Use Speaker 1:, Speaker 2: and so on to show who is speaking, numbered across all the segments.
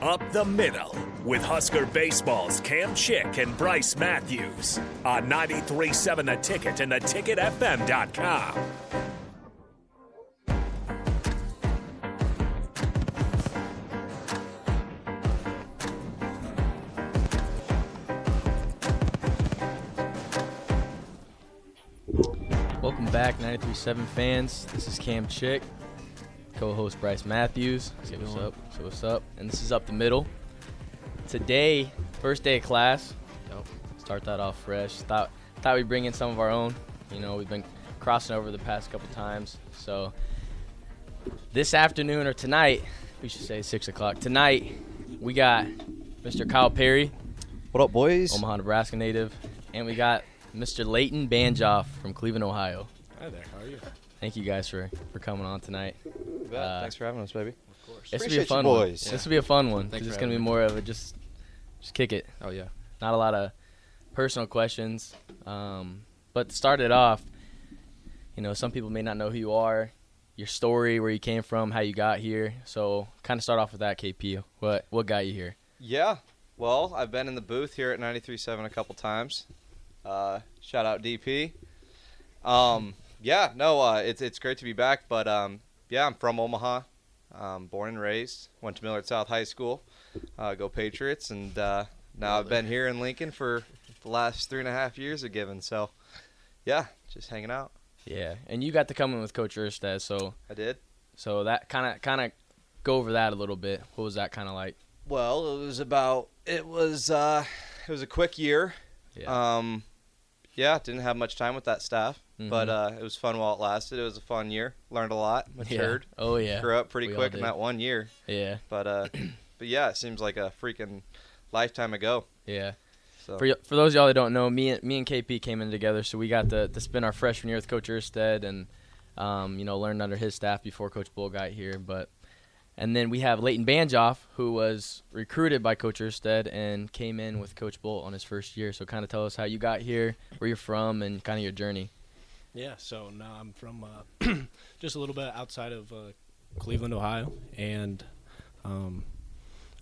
Speaker 1: Up the Middle with Husker Baseball's Cam Chick and Bryce Matthews on 937 The Ticket and theticketfm.com.
Speaker 2: Welcome back, 937 fans. This is Cam Chick, co host Bryce Matthews. Say what's up. Say what's up. And this is Up the Middle. Today, first day of class. You know, start that off fresh. Thought, thought we'd bring in some of our own. You know, we've been crossing over the past couple times. So, this afternoon or tonight, we should say 6 o'clock. Tonight, we got Mr. Kyle Perry,
Speaker 3: What up, boys?
Speaker 2: Omaha, Nebraska native, and we got Mr. Leighton Banjoff from Cleveland, Ohio.
Speaker 4: Hi there. How are you?
Speaker 2: Thank you guys for, for coming on tonight. uh,
Speaker 3: Thanks for having us, baby.
Speaker 2: This will be
Speaker 3: Appreciate
Speaker 2: a
Speaker 3: you
Speaker 2: fun
Speaker 3: boys.
Speaker 2: one. This will be a fun one because
Speaker 4: Thanks
Speaker 2: it's
Speaker 4: for
Speaker 2: gonna be
Speaker 4: having
Speaker 2: more of a just just kick it.
Speaker 4: Oh yeah.
Speaker 2: Not a lot of personal questions. Um, but to start it off, you know, some people may not know who you are, your story, where you came from, how you got here. So kind of start off with that, KP. What what got you here?
Speaker 3: Yeah. Well, I've been in the booth here at 93.7 a couple times. Uh, shout out DP. Um, yeah, no, uh, it's it's great to be back. But um, yeah, I'm from Omaha. Um, born and raised. Went to Millard South High School. Uh, go Patriots. And uh, now I've been here in Lincoln for the last three and a half years of giving. So yeah, just hanging out.
Speaker 2: Yeah, and you got to come in with Coach Erstad, so
Speaker 3: I did.
Speaker 2: so that kind of kind of go over that a little bit. What was that kind of like?
Speaker 3: Well, it was about it was uh, it was a quick year.
Speaker 2: Yeah.
Speaker 3: Um, yeah, didn't have much time with that staff, but
Speaker 2: Mhm.
Speaker 3: uh, it was fun while it lasted. It was a fun year. Learned a lot,
Speaker 2: Yeah.
Speaker 3: matured,
Speaker 2: Oh yeah.
Speaker 3: grew up pretty
Speaker 2: We all
Speaker 3: quick in
Speaker 2: did.
Speaker 3: that one year.
Speaker 2: Yeah.
Speaker 3: But uh, but yeah, it seems like a freaking lifetime ago.
Speaker 2: Yeah.
Speaker 3: So
Speaker 2: For, y- for those of y'all that don't know, me and me and KP came in together, so we got to, to spend our freshman year with Coach Erstead and um, you know learned under his staff before Coach Bull got here. But and then we have Leighton Banjoff, who was recruited by Coach Erstead and came in with Coach Bull on his first year. So kind of tell us how you got here, where you're from, and kind of your journey.
Speaker 4: Yeah. So now I'm from uh, just a little bit outside of uh, Cleveland, Ohio, and um,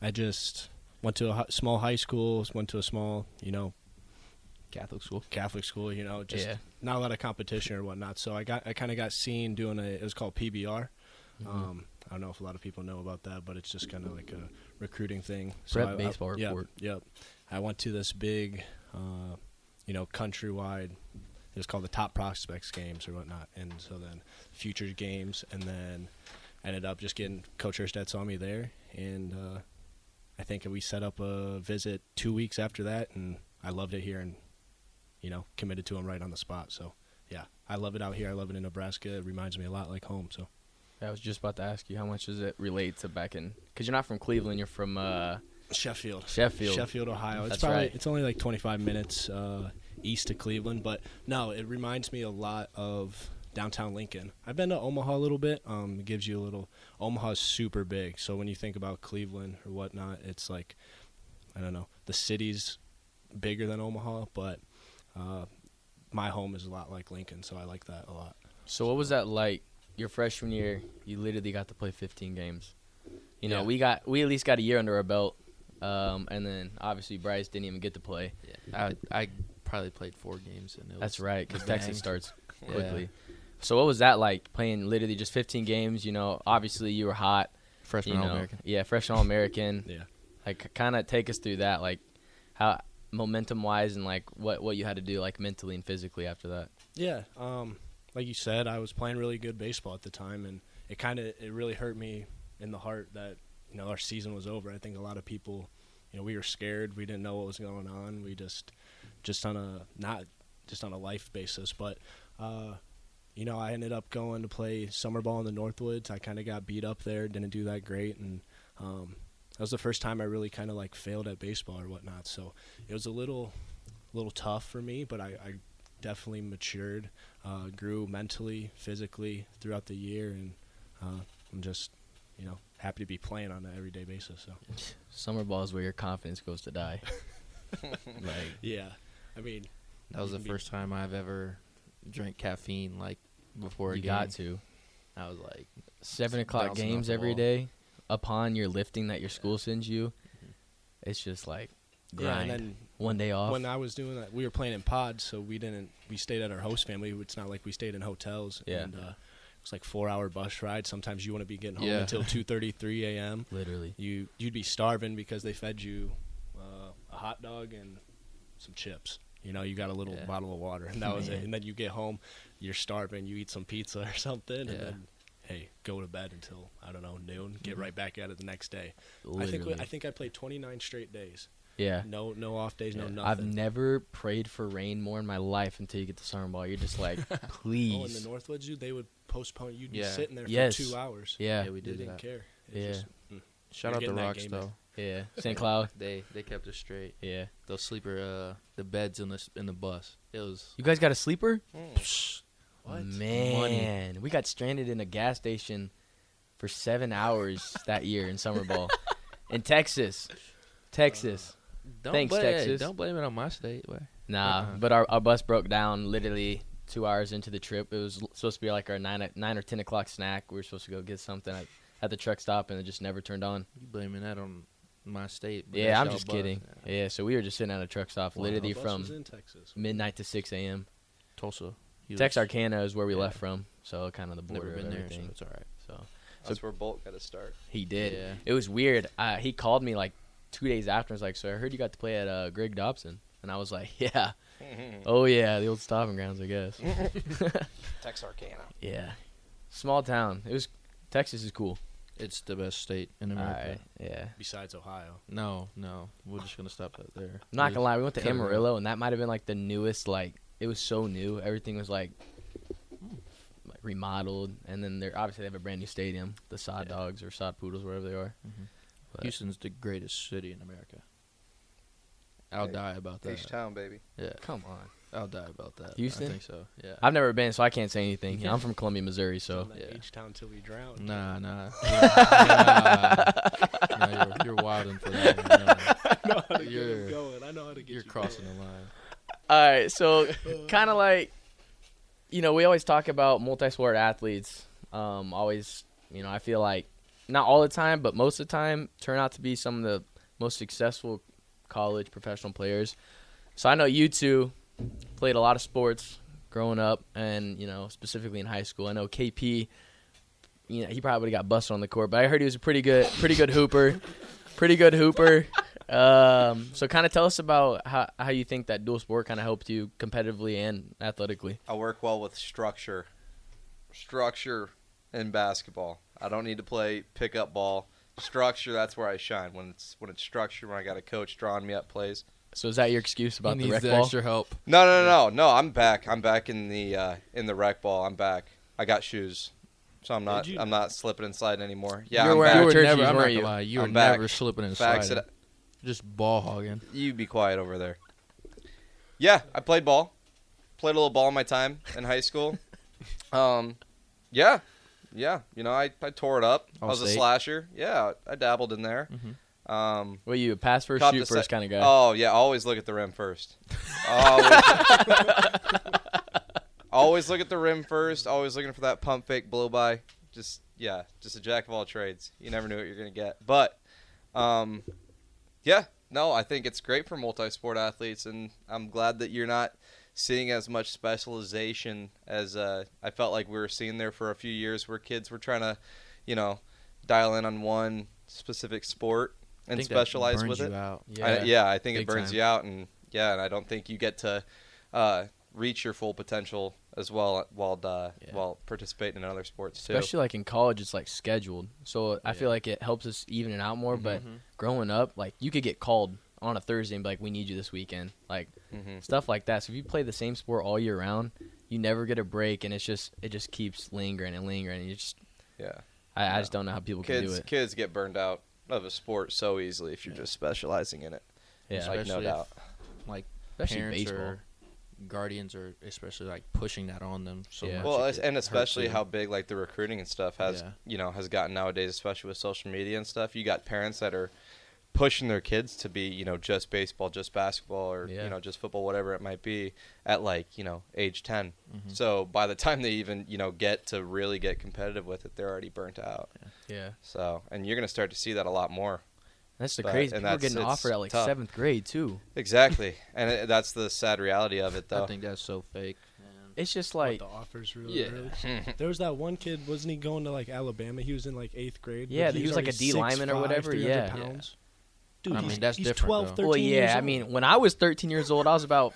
Speaker 4: I just went to a hi- small high school. Went to a small, you know, Catholic school. Catholic school. You know, just
Speaker 2: Yeah.
Speaker 4: not a lot of competition or whatnot. So I got I kind of got seen doing a. It was called PBR. Um, I don't know if a lot of people know about that, but it's just kind of like a recruiting thing.
Speaker 2: Prep
Speaker 4: I- I-
Speaker 2: baseball
Speaker 4: yeah,
Speaker 2: report.
Speaker 4: Yep. I went to this big, uh, you know, countrywide. It was called the Top Prospects Games or whatnot, and so then Future Games, and then I ended up just getting Coach Erstad saw me there, and uh, I think we set up a visit two weeks after that, and I loved it here, and you know, committed to him right on the spot. So yeah, I love it out here. I love it in Nebraska. It reminds me a lot like home. So
Speaker 2: I was just about to ask you how much does it relate to back in because you're not from Cleveland, you're from uh,
Speaker 4: Sheffield.
Speaker 2: Sheffield.
Speaker 4: Sheffield, Ohio. It's
Speaker 2: That's
Speaker 4: probably
Speaker 2: right.
Speaker 4: it's only like 25 minutes uh, east of Cleveland, but no, it reminds me a lot of downtown Lincoln. I've been to Omaha a little bit. Um, it gives you a little. Omaha's super big, so when you think about Cleveland or whatnot, it's like I don't know. The city's bigger than Omaha, but uh, my home is a lot like Lincoln, so I like that a lot.
Speaker 2: So what was that like? Your freshman year, you literally got to play 15 games. You know,
Speaker 4: Yeah.
Speaker 2: we got we at least got a year under our belt, um, and then obviously Bryce didn't even get to play.
Speaker 5: I, I probably played four games and it was
Speaker 2: That's right, because Texas starts
Speaker 5: Yeah.
Speaker 2: quickly. So what was that like playing literally just 15 games? You know, obviously you were hot.
Speaker 5: freshman
Speaker 2: you know,
Speaker 5: American.
Speaker 2: yeah, freshman all American.
Speaker 4: Yeah.
Speaker 2: Like, kind of take us through that, like how momentum wise and like what what you had to do like mentally and physically after that.
Speaker 4: Yeah, um, like you said, I was playing really good baseball at the time, and it kind of it really hurt me in the heart that you know our season was over. I think a lot of people, you know, we were scared. We didn't know what was going on. We just, just on a not just on a life basis, but uh, you know, I ended up going to play summer ball in the Northwoods. I kind of got beat up there. Didn't do that great, and um, that was the first time I really kind of like failed at baseball or whatnot. So it was a little, little tough for me, but I, I definitely matured, uh, grew mentally, physically throughout the year, and uh, I'm just, you know, happy to be playing on an everyday basis. So
Speaker 2: Summer ball is where your confidence goes to die.
Speaker 5: Like
Speaker 4: yeah, I mean,
Speaker 5: that was
Speaker 4: you
Speaker 5: the
Speaker 4: can be-
Speaker 5: first time I've ever drank caffeine like before a
Speaker 2: you
Speaker 5: game.
Speaker 2: got to.
Speaker 5: I was like
Speaker 2: seven o'clock
Speaker 5: bouncing off
Speaker 2: games
Speaker 5: the
Speaker 2: every
Speaker 5: wall.
Speaker 2: day. upon your lifting that your school sends you, it's just like
Speaker 4: Yeah,
Speaker 2: grind.
Speaker 4: and then
Speaker 2: One day off.
Speaker 4: when I was doing that, we were playing in pods, so we didn't. We stayed at our host family. It's not like we stayed in hotels.
Speaker 2: Yeah.
Speaker 4: And, uh, it's like four hour bus ride. Sometimes you want to be getting home
Speaker 5: Yeah.
Speaker 4: until two thirty, three a.m.
Speaker 2: Literally.
Speaker 4: You you'd be starving because they fed you uh, a hot dog and some chips. You know, you got a little
Speaker 5: Yeah.
Speaker 4: bottle of water, and that was it.
Speaker 2: Man.
Speaker 4: And then you get home, you're starving. You eat some pizza or something,
Speaker 5: Yeah. Mm-hmm.
Speaker 4: and then hey, go to bed until I don't know noon. Get right back at it the next day.
Speaker 2: Literally.
Speaker 4: I think we- I think I played twenty nine straight days.
Speaker 2: yeah.
Speaker 4: No, no off days, no
Speaker 5: Yeah.
Speaker 4: nothing.
Speaker 2: I've never prayed for rain more in my life until you get the summer ball. You're just like,
Speaker 4: Oh, in the
Speaker 2: please.
Speaker 4: Northwoods, dude, they would postpone. You'd
Speaker 5: Yeah.
Speaker 4: be sitting there
Speaker 2: Yes.
Speaker 4: for two hours.
Speaker 2: yeah.
Speaker 5: Yeah, we
Speaker 4: They
Speaker 5: did
Speaker 4: didn't
Speaker 5: that.
Speaker 4: care.
Speaker 2: Yeah.
Speaker 5: Shout
Speaker 4: You're
Speaker 5: out the
Speaker 4: getting that
Speaker 5: Rocks
Speaker 4: game
Speaker 5: though.
Speaker 2: Yeah. St. Cloud.
Speaker 5: They they kept us straight.
Speaker 2: Yeah.
Speaker 5: Those sleeper uh the beds in the s- in the bus. It was
Speaker 2: You guys got a sleeper?
Speaker 5: What?
Speaker 2: Man, we got stranded in a gas station for seven hours that year in summer ball in Texas. Texas.
Speaker 5: Don't
Speaker 2: Thanks,
Speaker 5: blame,
Speaker 2: Texas.
Speaker 5: Don't blame it on my state. Way.
Speaker 2: Nah,
Speaker 5: Uh-uh.
Speaker 2: but our, our bus broke down literally two hours into the trip. It was l- supposed to be like our nine o- nine or ten o'clock snack. We were supposed to go get something at, at the truck stop, and it just never turned on.
Speaker 5: You blaming that on my state? but that's
Speaker 2: yeah, I'm
Speaker 5: y'all
Speaker 2: just
Speaker 5: bus.
Speaker 2: kidding.
Speaker 5: Yeah.
Speaker 2: Yeah. so we were just sitting at a truck stop
Speaker 5: Wow.
Speaker 2: literally
Speaker 4: The bus was
Speaker 2: from
Speaker 4: in Texas.
Speaker 2: midnight to six a.m.
Speaker 5: Tulsa. He was-
Speaker 2: Texarkana is where we
Speaker 5: Yeah.
Speaker 2: left from, so kind of the border
Speaker 5: Never been
Speaker 2: of
Speaker 5: there, so
Speaker 2: everything.
Speaker 5: it's all right.
Speaker 2: so
Speaker 3: That's where Bolt got to start.
Speaker 2: He did.
Speaker 5: Yeah.
Speaker 2: It was weird. Uh, he called me like two days after. and was like, "So I heard you got to play at uh, Greg Dobson," and I was like, "Yeah, oh yeah, the old stopping grounds, I guess."
Speaker 3: Texarkana.
Speaker 2: yeah, small town. It was Texas is cool.
Speaker 5: It's the best state in
Speaker 2: All
Speaker 5: America.
Speaker 2: right, Mm-hmm. yeah.
Speaker 4: Besides Ohio.
Speaker 5: No, no, we're just gonna stop that there.
Speaker 2: I'm not gonna lie, we went to
Speaker 5: Kinda
Speaker 2: Amarillo, and that might have been like the newest. Like it was so new, everything was like like remodeled, and then they're obviously they have a brand new stadium, the Sod
Speaker 5: Yeah.
Speaker 2: Dogs or Sod Poodles, wherever they are. But-
Speaker 5: Houston's the greatest city in America. I'll
Speaker 3: Hey,
Speaker 5: die about that.
Speaker 3: H Town, baby.
Speaker 5: Yeah,
Speaker 2: Come on,
Speaker 5: I'll die about that.
Speaker 2: Houston?
Speaker 5: I think so. Yeah.
Speaker 2: I've never been, so I can't say anything. I'm from Columbia, Missouri, so.
Speaker 4: From
Speaker 5: Oh, yeah.
Speaker 4: that beach town till we drowned.
Speaker 5: Nah, nah. nah. Nah, you're, you're wilding for that.
Speaker 4: I
Speaker 5: One.
Speaker 4: know how to get
Speaker 5: You're-
Speaker 4: him going. I know how to
Speaker 5: No.
Speaker 4: get
Speaker 5: You're
Speaker 4: you
Speaker 5: crossing the line.
Speaker 2: All right, so kind of like, you know, we always talk about multi-sport athletes. Um, always, you know, I feel like not all the time, but most of the time, turn out to be some of the most successful college professional players. So I know you two played a lot of sports growing up, and you know, specifically in high school. I know KP, you know, he probably got busted on the court, but I heard he was a pretty good, pretty good hooper, pretty good hooper. Um, so kind of tell us about how, how you think that dual sport kind of helped you competitively and athletically.
Speaker 3: I work well with structure. Structure in basketball. I don't need to play pickup ball. Structure, that's where I shine. When it's when it's structure, when I got a coach drawing me up plays.
Speaker 2: So is that your excuse about
Speaker 5: he
Speaker 2: the
Speaker 5: needs
Speaker 2: rec
Speaker 5: the
Speaker 2: ball?
Speaker 5: extra help.
Speaker 3: No, no, no, no. I'm back. I'm back in the uh, in the rec ball. I'm back. I got shoes. So I'm not
Speaker 4: Did you-
Speaker 3: I'm not slipping and sliding anymore. Yeah,
Speaker 2: You're
Speaker 3: I'm
Speaker 2: wearing-
Speaker 5: You
Speaker 3: back.
Speaker 5: were
Speaker 2: jerseys,
Speaker 5: never. I'm not
Speaker 2: weren't
Speaker 5: gonna
Speaker 2: you?
Speaker 5: lie. You were
Speaker 3: I'm back.
Speaker 5: never slipping and
Speaker 3: Facts
Speaker 5: sliding.
Speaker 3: that-
Speaker 5: Just ball hogging.
Speaker 3: you be quiet over there. Yeah, I played ball. Played a little ball in my time in high school. um, yeah, yeah. You know, I, I tore it up. I was a
Speaker 5: All-state.
Speaker 3: slasher. Yeah, I dabbled in there. Um,
Speaker 2: Well, you a pass first,
Speaker 3: caught
Speaker 2: shoot
Speaker 3: the
Speaker 2: first
Speaker 3: sec-
Speaker 2: kind of guy.
Speaker 3: Oh yeah, always look at the rim first. Always, always look at the rim first. Always looking for that pump fake blow by. Just yeah, just a jack of all trades. You never knew what you're gonna get. But um, yeah, no, I think it's great for multi-sport athletes, and I'm glad that you're not seeing as much specialization as uh, I felt like we were seeing there for a few years, where kids were trying to, you know, dial in on one specific sport
Speaker 5: I
Speaker 3: and
Speaker 5: think that
Speaker 3: specialize
Speaker 5: burns
Speaker 3: with
Speaker 5: you
Speaker 3: it.
Speaker 5: out.
Speaker 2: yeah.
Speaker 3: I, yeah, I think it
Speaker 5: Big
Speaker 3: burns
Speaker 5: time.
Speaker 3: you out, and yeah, and I don't think you get to uh, reach your full potential as well while uh,
Speaker 5: Yeah.
Speaker 3: while participating in other sports too.
Speaker 2: Especially like in college, it's like scheduled. So I
Speaker 5: Yeah.
Speaker 2: feel like it helps us even it out more. But
Speaker 3: Mm-hmm.
Speaker 2: growing up, like you could get called on a Thursday and be like, "We need you this weekend," like
Speaker 3: Mhm.
Speaker 2: stuff like that. So if you play the same sport all year round, you never get a break, and it's just it just keeps lingering and lingering. And you just
Speaker 3: Yeah,
Speaker 2: I, I
Speaker 3: Yeah.
Speaker 2: just don't know how people can do
Speaker 3: kids
Speaker 2: it.
Speaker 3: kids get burned out of a sport so easily if you're just specializing in it.
Speaker 2: Yeah,
Speaker 3: like no
Speaker 5: Especially
Speaker 3: doubt.
Speaker 5: if, Like
Speaker 2: Especially
Speaker 5: parents
Speaker 2: baseball.
Speaker 5: or guardians are especially like pushing that on them so
Speaker 2: Yeah.
Speaker 5: much.
Speaker 3: Well,
Speaker 5: it
Speaker 3: es-
Speaker 5: could
Speaker 3: and
Speaker 5: hurt
Speaker 3: especially
Speaker 5: you.
Speaker 3: how big like the recruiting and stuff has
Speaker 5: Yeah.
Speaker 3: you know has gotten nowadays, especially with social media and stuff. You got parents that are pushing their kids to be you know just baseball, just basketball, or
Speaker 2: Yeah.
Speaker 3: you know just football, whatever it might be, at like you know age 10
Speaker 5: Mm-hmm.
Speaker 3: So by the time they even you know get to really get competitive with it, they're already burnt out.
Speaker 2: Yeah,
Speaker 3: So and you're gonna start to see that a lot more.
Speaker 2: that's the
Speaker 3: But-
Speaker 2: crazy.
Speaker 3: and
Speaker 2: People are
Speaker 3: that's-
Speaker 2: getting
Speaker 3: it's
Speaker 2: offered at like
Speaker 3: tough.
Speaker 2: seventh grade too.
Speaker 3: Exactly, and it, that's the sad reality of it, though.
Speaker 5: I think that's so fake. man.
Speaker 2: It's just
Speaker 4: Like,
Speaker 2: like
Speaker 4: the offers really
Speaker 5: Yeah.
Speaker 4: early. There was that one kid, wasn't he going to like Alabama? He was in like eighth grade. but
Speaker 2: Yeah, he was like a
Speaker 4: already
Speaker 2: D lineman or
Speaker 4: 6'5",
Speaker 2: whatever,
Speaker 4: 300
Speaker 2: yeah.
Speaker 4: pounds. Dude,
Speaker 5: I
Speaker 4: he's,
Speaker 5: mean, that's
Speaker 4: he's
Speaker 5: different,
Speaker 4: 12,
Speaker 5: though.
Speaker 4: 13
Speaker 2: Well, yeah.
Speaker 4: years
Speaker 2: I
Speaker 4: old.
Speaker 2: mean, when I was 13 years old, I was about.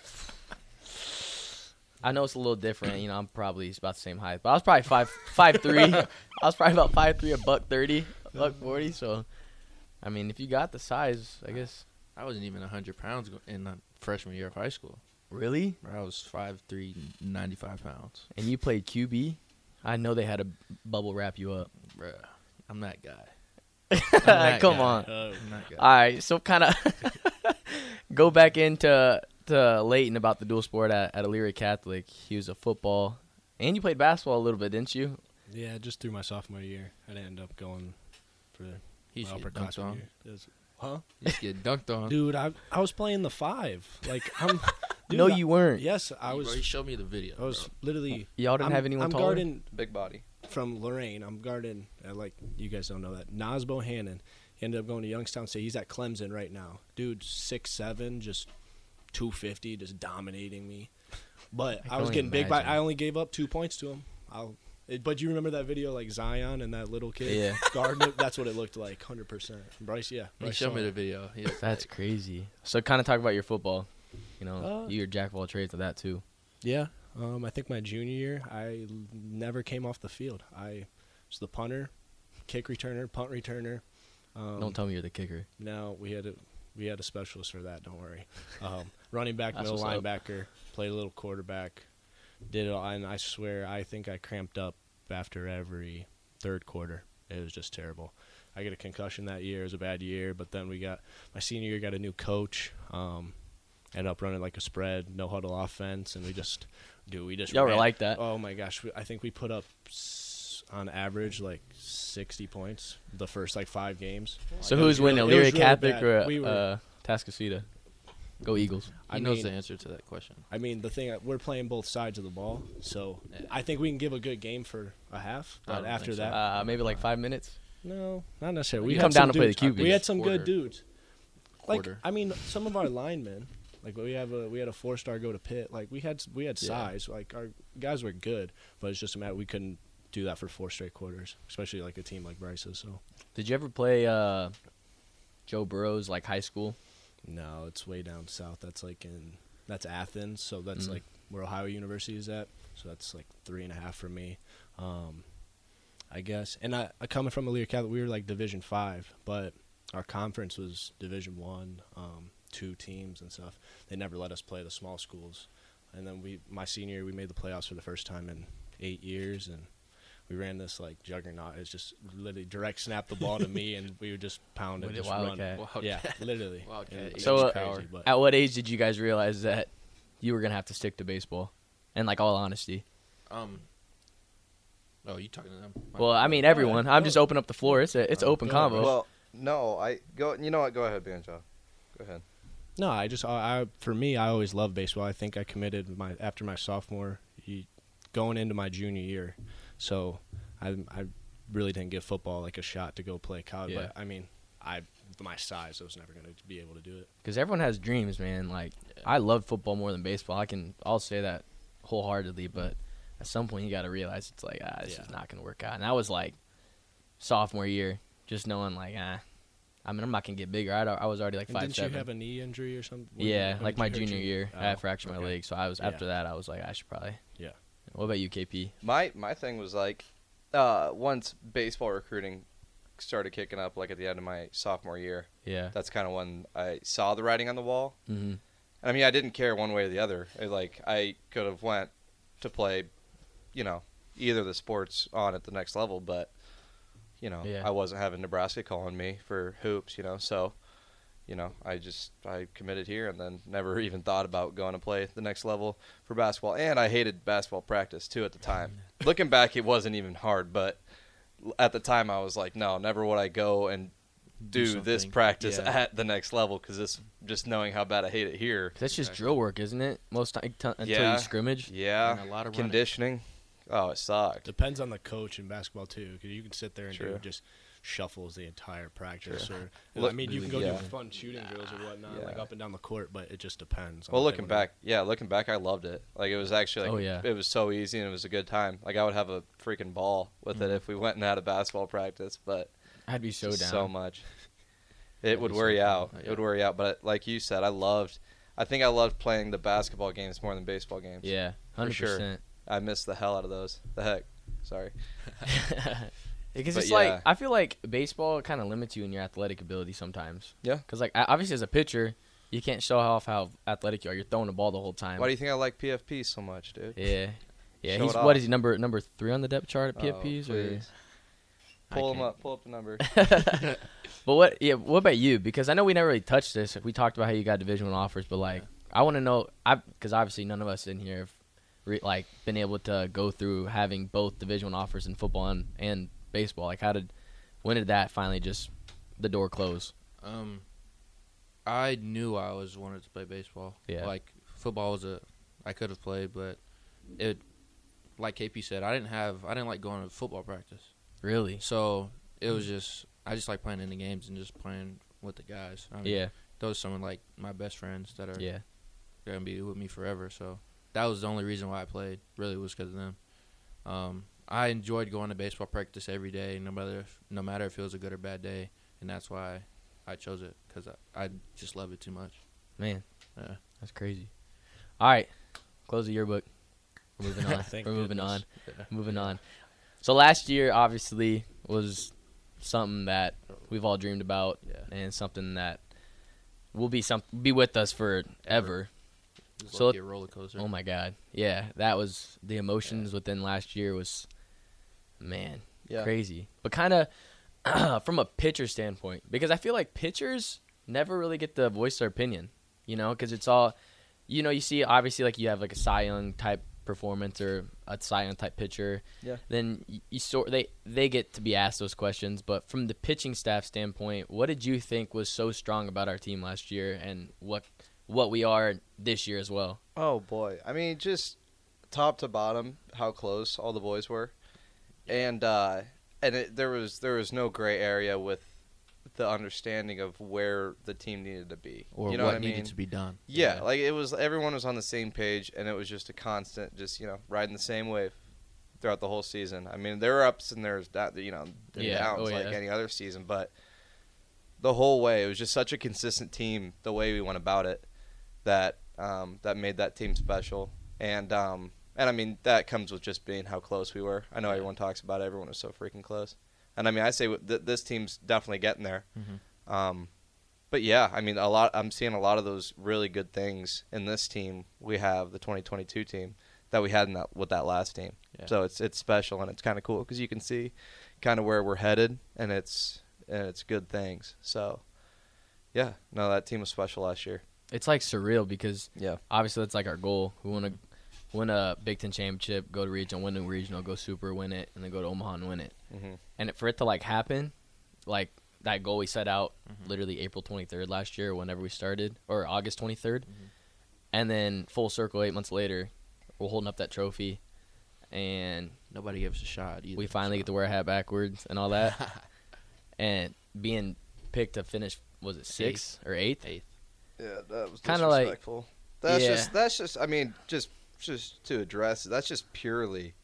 Speaker 2: I know it's a little different. You know, I'm probably about the same height, but I was probably five five three. I was probably about five three, a buck thirty, a buck forty. So, I mean, if you got the size, I guess.
Speaker 5: I wasn't even 100 pounds go- in the freshman year of high school.
Speaker 2: Really?
Speaker 5: I was 5'3", 95 pounds.
Speaker 2: And you played QB? I know they had to bubble wrap you up.
Speaker 5: Bruh, I'm that guy. that
Speaker 2: Come
Speaker 5: guy.
Speaker 2: on.
Speaker 4: Oh,
Speaker 5: I'm that guy.
Speaker 2: All right, so kind of go back into to Leighton about the dual sport at, at Elyria Catholic. He was a football, and you played basketball a little bit, didn't you?
Speaker 4: yeah, just through my sophomore year, I didn't end up going for the
Speaker 5: He's
Speaker 4: my
Speaker 5: get dunked
Speaker 4: upperclassman
Speaker 5: on.
Speaker 4: year. It was- Huh?
Speaker 5: He's get dunked on.
Speaker 4: Dude, I I was playing the five. Like I'm. dude,
Speaker 2: no,
Speaker 4: I-
Speaker 2: you weren't.
Speaker 4: Yes, I
Speaker 5: Hey, Bro, you
Speaker 4: was.
Speaker 5: showed me the video.
Speaker 4: I was literally.
Speaker 2: Y'all didn't
Speaker 4: I'm-
Speaker 2: have anyone
Speaker 4: I'm
Speaker 2: taller?
Speaker 4: guarding
Speaker 3: Big body.
Speaker 4: from Lorraine. I'm guarding, uh, like you guys don't know that. Nas Bohannon he ended up going to Youngstown State. He's at Clemson right now. Dude, six seven, just two fifty, just dominating me. But
Speaker 2: I
Speaker 4: I,
Speaker 2: can
Speaker 4: was
Speaker 2: only
Speaker 4: getting big. By,
Speaker 2: imagine.
Speaker 4: I only gave up two points to him. I'll. It, but you remember that video, like Zion and that little kid
Speaker 2: Yeah.
Speaker 4: guarding it? That's what it looked like, hundred percent. Bryce, yeah.
Speaker 5: He
Speaker 4: Bryce
Speaker 5: showed
Speaker 4: saw
Speaker 5: me
Speaker 4: it.
Speaker 5: the video. He was
Speaker 2: That's
Speaker 5: like,
Speaker 2: crazy. So, kind of talk about your football. You know,
Speaker 4: Uh,
Speaker 2: you're jack of all trades with that too.
Speaker 4: Yeah. Um, I think my junior year, I l- never came off the field. I was the punter, kick returner, punt returner. Um,
Speaker 2: Don't tell me you're the kicker.
Speaker 4: now we had a we had a specialist for that. Don't worry. Um, running back,
Speaker 5: That's
Speaker 4: middle
Speaker 5: what's up.
Speaker 4: linebacker, played a little quarterback. Did it all, and I swear, I think I cramped up after every third quarter. It was just terrible. I get a concussion that year. It was a bad year, but then we got my senior year got a new coach. Um, ended up running like a spread, no huddle offense, and we just do we just
Speaker 2: Y'all were
Speaker 4: ran-
Speaker 2: like that.
Speaker 4: Oh my gosh, we, I think we put up s- on average like 60 points the first like five games.
Speaker 2: So,
Speaker 4: It
Speaker 2: who's
Speaker 4: was
Speaker 2: winning,
Speaker 4: really- it
Speaker 2: Elyria
Speaker 4: was really
Speaker 2: Catholic
Speaker 4: bad.
Speaker 2: or uh,
Speaker 4: We were-
Speaker 2: uh, Tascasita? Go Eagles.
Speaker 5: he
Speaker 4: I
Speaker 5: knows
Speaker 4: mean-
Speaker 5: the answer to that question.
Speaker 4: I mean, the thing we're playing both sides of the ball, so
Speaker 5: Yeah.
Speaker 4: I think we can give a good game for a half.
Speaker 5: I
Speaker 4: But
Speaker 5: don't
Speaker 4: after
Speaker 5: think so.
Speaker 4: that,
Speaker 2: Uh, maybe like five minutes.
Speaker 4: no, not necessarily.
Speaker 2: You
Speaker 4: We had
Speaker 2: come down
Speaker 4: some
Speaker 2: to play the
Speaker 4: dudes-
Speaker 2: QBs.
Speaker 4: We had some
Speaker 5: Quarter.
Speaker 4: good dudes. Like
Speaker 5: Quarter.
Speaker 4: I mean, some of our linemen, like we have a we had a four star go to Pitt. Like we had we had
Speaker 5: Yeah.
Speaker 4: size. Like our guys were good, but it's just a matter we couldn't do that for four straight quarters, especially like a team like Bryce's. So
Speaker 2: Did you ever play uh, Joe Burrow's like high school?
Speaker 4: no, it's way down south. That's like in that's Athens, so that's like where Ohio University is at. So that's like three and a half for me. Um, I guess. And I, I coming from Elyria Catholic, we were like Division Five, but our conference was Division One, um, two teams and stuff. They never let us play the small schools. And then we, my senior year, we made the playoffs for the first time in eight years, and we ran this like juggernaut. It's just literally direct snap the ball to me, and we would just pound it,
Speaker 2: With a
Speaker 4: just run.
Speaker 2: wildcat.
Speaker 4: Yeah, literally.
Speaker 5: Wildcat.
Speaker 4: And it
Speaker 2: So,
Speaker 4: was
Speaker 2: uh,
Speaker 4: crazy, but-
Speaker 2: At what age did you guys realize that you were gonna have to stick to baseball? And like all honesty,
Speaker 5: Um. Oh, you talking to them? My
Speaker 2: well,
Speaker 5: bad.
Speaker 2: I mean everyone. I'm just open up the floor. It's a, it's open
Speaker 4: Go ahead,
Speaker 2: combo.
Speaker 3: Well, no, I go. You know what? Go ahead, Banjo. Go ahead.
Speaker 4: No, I just I, I for me I always loved baseball. I think I committed my after my sophomore, ye- going into my junior year, so I I really didn't give football like a shot to go play college.
Speaker 2: Yeah.
Speaker 4: But I mean, I my size I was never going to be able to do it.
Speaker 2: because everyone has dreams, man. Like I love football more than baseball. I can I'll say that wholeheartedly, but at some point you got to realize it's like ah, this
Speaker 4: Yeah.
Speaker 2: is not gonna work out. And I was like sophomore year, just knowing like ah, I mean I'm not gonna get bigger. I, I was already like
Speaker 4: And
Speaker 2: five
Speaker 4: didn't
Speaker 2: seven.
Speaker 4: you have a knee injury or something? When-
Speaker 2: yeah,
Speaker 4: when
Speaker 2: like
Speaker 4: did
Speaker 2: my
Speaker 4: you hurt
Speaker 2: junior
Speaker 4: your-
Speaker 2: year,
Speaker 4: Oh,
Speaker 2: I fractured my
Speaker 4: okay.
Speaker 2: leg, so I was
Speaker 4: Yeah.
Speaker 2: after that I was like I should probably.
Speaker 4: Yeah.
Speaker 2: What about you, KP?
Speaker 3: My my thing was like, uh, once baseball recruiting started kicking up, like at the end of my sophomore year,
Speaker 2: Yeah.
Speaker 3: that's kind of when I saw the writing on the wall.
Speaker 2: Mm-hmm.
Speaker 3: And I mean, I didn't care one way or the other. It, like I could have went to play, you know, either of the sports on at the next level, but you know,
Speaker 2: Yeah.
Speaker 3: I wasn't having Nebraska calling me for hoops, you know, so. You know, I just I committed here and then never even thought about going to play the next level for basketball. And I hated basketball practice too at the time. Looking back, it wasn't even hard, but l- at the time I was like, no, never would I go and do, this
Speaker 5: something.
Speaker 3: practice
Speaker 5: Yeah.
Speaker 3: at the next level because this just knowing how bad I hate it here.
Speaker 2: 'Cause That's just drill work, isn't it? Most time until
Speaker 3: Yeah.
Speaker 2: you scrimmage.
Speaker 3: Yeah,
Speaker 5: And a lot of running.
Speaker 3: conditioning. Oh, it sucked.
Speaker 4: Depends on the coach in basketball too, because you can sit there and
Speaker 3: True.
Speaker 4: do just shuffles the entire practice. Or
Speaker 3: Look-
Speaker 4: I mean, you can go
Speaker 3: Really
Speaker 4: do
Speaker 3: good.
Speaker 4: fun shooting drills or whatnot,
Speaker 3: Yeah.
Speaker 4: like up and down the court, but it just depends. on
Speaker 3: Well,
Speaker 4: what they
Speaker 3: looking
Speaker 4: wanna
Speaker 3: back, yeah, looking back, I loved it. Like it was actually, like,
Speaker 2: Oh, yeah.
Speaker 3: it was so easy and it was a good time. Like I would have a freaking ball with
Speaker 5: Mm-hmm.
Speaker 3: it if we went and had a basketball practice, but
Speaker 2: I'd be so
Speaker 3: just
Speaker 2: down.
Speaker 3: so much. It would
Speaker 5: be so
Speaker 3: wear you
Speaker 5: fun.
Speaker 3: out.
Speaker 5: Oh,
Speaker 3: It
Speaker 5: yeah.
Speaker 3: would wear you out. But like you said, I loved. I think I loved playing the basketball games more than baseball games.
Speaker 2: yeah,
Speaker 3: For
Speaker 2: hundred
Speaker 3: sure.
Speaker 2: percent.
Speaker 3: I missed the hell out of those. The heck, sorry.
Speaker 2: Because
Speaker 3: But
Speaker 2: it's
Speaker 3: yeah.
Speaker 2: like I feel like baseball kind of limits you in your athletic ability sometimes.
Speaker 3: Yeah.
Speaker 2: Because like I- obviously as a pitcher, you can't show off how athletic you are. You're throwing the ball the whole time.
Speaker 3: Why do you think I like PFP so much, dude?
Speaker 2: yeah. Yeah,
Speaker 3: Show
Speaker 2: he's
Speaker 3: it
Speaker 2: what
Speaker 3: off.
Speaker 2: is he number number three on the depth chart
Speaker 3: Oh,
Speaker 2: at PFPs or
Speaker 3: please.
Speaker 2: I
Speaker 3: Pull them
Speaker 2: can't-
Speaker 3: up. Pull up the number.
Speaker 2: But what yeah, what about you? Because I know we never really touched this. We talked about how you got division one offers, but like I want to know I because obviously none of us in here have re, like been able to go through having both division one offers in football and, and baseball. Like how did when did that finally just the door close?
Speaker 5: Um, I knew I always wanted to play baseball.
Speaker 2: Yeah.
Speaker 5: Like football was a, I could have played, but it, like KP said, I didn't have, I didn't like going to football practice.
Speaker 2: Really?
Speaker 5: So it was just, I just like playing in the games and just playing with the guys. I mean,
Speaker 2: Yeah,
Speaker 5: Those are some of like my best friends that are
Speaker 2: yeah.
Speaker 5: gonna be with me forever. So that was the only reason why I played. Really was because of them. Um, I enjoyed going to baseball practice every day, no matter if, no matter if it was a good or bad day, and that's why I chose it because I, I just love it too much.
Speaker 2: Man,
Speaker 5: Yeah.
Speaker 2: that's crazy. All right, close the yearbook. We're moving on.
Speaker 4: Thank
Speaker 2: We're moving on.
Speaker 4: goodness.
Speaker 2: Moving on. So last year, obviously, was something that we've all dreamed about,
Speaker 5: Yeah.
Speaker 2: and something that will be some be with us forever.
Speaker 5: It was
Speaker 2: So
Speaker 5: like
Speaker 2: it-
Speaker 5: a roller coaster.
Speaker 2: Oh my God, yeah, that was the emotions within last year was, man,
Speaker 3: Yeah.
Speaker 2: crazy. But kind of from a pitcher standpoint, because I feel like pitchers never really get to voice their opinion, you know, because it's all, you know, you see obviously like you have like a Cy Young type performance or a Cy Young type pitcher,
Speaker 3: Yeah.
Speaker 2: Then you, you sort they they get to be asked those questions. But from the pitching staff standpoint, what did you think was so strong about our team last year, and what what we are this year as well?
Speaker 3: Oh boy. I mean, just top to bottom, how close all the boys were, and uh, and it, there was there was no gray area with the understanding of where the team needed to be.
Speaker 5: Or
Speaker 3: you know
Speaker 5: what,
Speaker 3: what I
Speaker 5: needed
Speaker 3: mean?
Speaker 5: to be done.
Speaker 3: Yeah, like it was everyone was on the same page, and it was just a constant, just you know, riding the same wave throughout the whole season. I mean, there were ups and there's that, you know, there were
Speaker 2: Yeah,
Speaker 3: downs
Speaker 2: oh,
Speaker 3: like
Speaker 2: yeah.
Speaker 3: any other season, but the whole way it was just such a consistent team the way we went about it that um, that made that team special, and um, and I mean that comes with just being how close we were. I know everyone talks about it, everyone was so freaking close, and I mean I say th- this team's definitely getting there.
Speaker 2: Mm-hmm.
Speaker 3: Um, but yeah, I mean, a lot. I'm seeing a lot of those really good things in this team. We have the 2022 team that we had in that with that last team.
Speaker 5: Yeah.
Speaker 3: So it's it's special and it's kind of cool because you can see kind of where we're headed and it's and it's good things. So yeah, no, that team was special last year.
Speaker 2: It's like surreal because
Speaker 3: Yeah,
Speaker 2: obviously that's like our goal. We want to win a Big Ten championship, go to regional, win the regional, go super, win it, and then go to Omaha and win it.
Speaker 3: Mhm.
Speaker 2: And for it to like happen, like that goal we set out literally April 23rd last year, whenever we started, or August 23rd, and then full circle eight months later, we're holding up that trophy, and
Speaker 5: Nobody gave us a shot. Either,
Speaker 2: we finally get to wear a hat backwards and all that, and being picked to finish was it sixth or eighth?
Speaker 5: Eighth.
Speaker 3: yeah, that was
Speaker 2: Kinda like-
Speaker 3: that's
Speaker 2: Yeah.
Speaker 3: just that's just. I mean, just just to address it, that's just purely.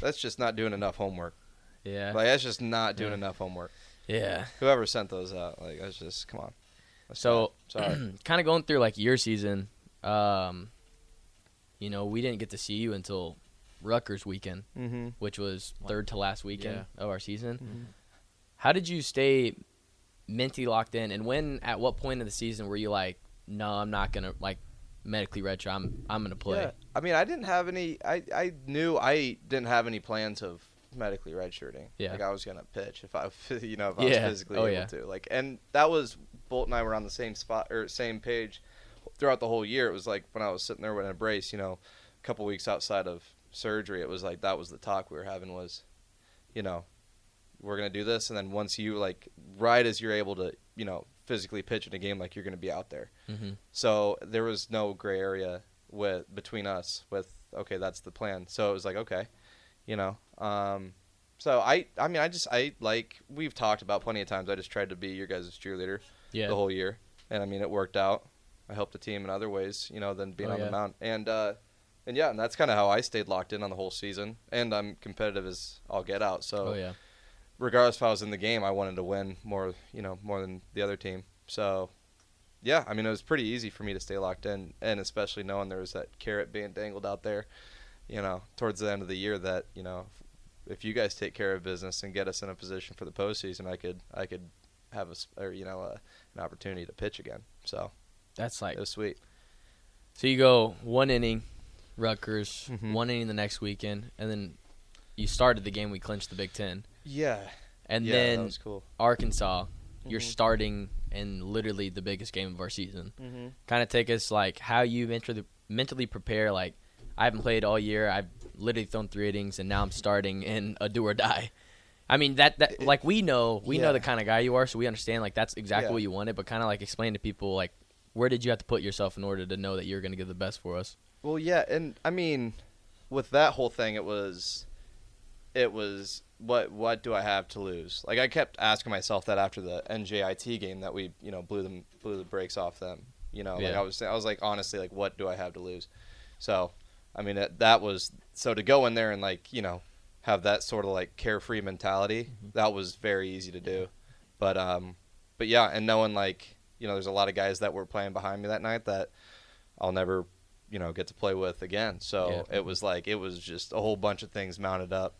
Speaker 3: That's just not doing enough homework.
Speaker 2: Yeah,
Speaker 3: Like that's just not doing
Speaker 5: Yeah.
Speaker 3: enough homework.
Speaker 2: yeah.
Speaker 3: Whoever sent those out, like that's just come on. That's
Speaker 2: So-
Speaker 3: bad. sorry.
Speaker 2: kind of going through like your season, um, you know, we didn't get to see you until Rutgers weekend,
Speaker 3: mm-hmm.
Speaker 2: which was third to last weekend of our season.
Speaker 3: Mhm.
Speaker 2: How did you stay mentally locked in, and when? At what point of the season were you like, no, I'm not gonna like medically retro. I'm I'm gonna play.
Speaker 3: Yeah. I mean, I didn't have any. I I knew I didn't have any plans of medically redshirting.
Speaker 2: Yeah.
Speaker 3: Like I was gonna pitch if I, you know, if I
Speaker 2: Yeah.
Speaker 3: was physically
Speaker 2: Oh,
Speaker 3: able
Speaker 2: yeah.
Speaker 3: to. Like, and that was Bolt and I were on the same spot or same page throughout the whole year. It was like when I was sitting there with a brace, you know, a couple weeks outside of surgery, it was like that was the talk we were having was, you know, we're gonna do this, and then once you like right as you're able to, you know, physically pitch in a game, like you're gonna be out there.
Speaker 2: Mm-hmm.
Speaker 3: So there was no gray area with between us with okay, that's the plan. So it was like okay, you know. Um, so I I mean I just I like we've talked about plenty of times. I just tried to be your guys' cheerleader
Speaker 2: Yeah.
Speaker 3: the whole year, and I mean it worked out. I helped the team in other ways, you know, than being
Speaker 2: Oh,
Speaker 3: on
Speaker 2: yeah.
Speaker 3: the mound. And uh, and yeah, and that's kind of how I stayed locked in on the whole season. And I'm competitive as I'll get out. So
Speaker 2: oh yeah.
Speaker 3: regardless if I was in the game, I wanted to win more, you know, more than the other team. So, yeah, I mean, it was pretty easy for me to stay locked in, and especially knowing there was that carrot being dangled out there, you know, towards the end of the year that you know, if you guys take care of business and get us in a position for the postseason, I could, I could have a, s- or, you know, a, an opportunity to pitch again. So
Speaker 2: That's like
Speaker 3: it was sweet.
Speaker 2: So you go one inning, Rutgers,
Speaker 3: Mhm.
Speaker 2: one inning the next weekend, and then you started the game. We clinched the Big Ten,
Speaker 3: Yeah,
Speaker 2: and
Speaker 3: yeah, that
Speaker 2: then
Speaker 3: was cool.
Speaker 2: Arkansas. You're
Speaker 3: Mhm.
Speaker 2: starting in literally the biggest game of our season.
Speaker 3: Mm-hmm.
Speaker 2: Kind of take us like how you mentally mentally prepare. Like I haven't played all year. I've literally thrown three innings, and now I'm starting in a do or die. I mean that that like we know we know
Speaker 3: yeah.
Speaker 2: the kind of guy you are, so we understand like that's exactly
Speaker 3: Yeah.
Speaker 2: what you wanted. But kind of like explain to people like where did you have to put yourself in order to know that you're going to give the best for us.
Speaker 3: Well, yeah, and I mean, with that whole thing, it was, it was what what do I have to lose? Like I kept asking myself that after the NJIT game that we you know blew them blew the brakes off them. You know, like
Speaker 2: Yeah.
Speaker 3: I was I was like honestly like what do I have to lose? So, I mean that that was so to go in there and like you know have that sort of like carefree mentality that was very easy to do, but um, but yeah, and knowing like you know there's a lot of guys that were playing behind me that night that I'll never you know get to play with again. So it was like it was just a whole bunch of things mounted up,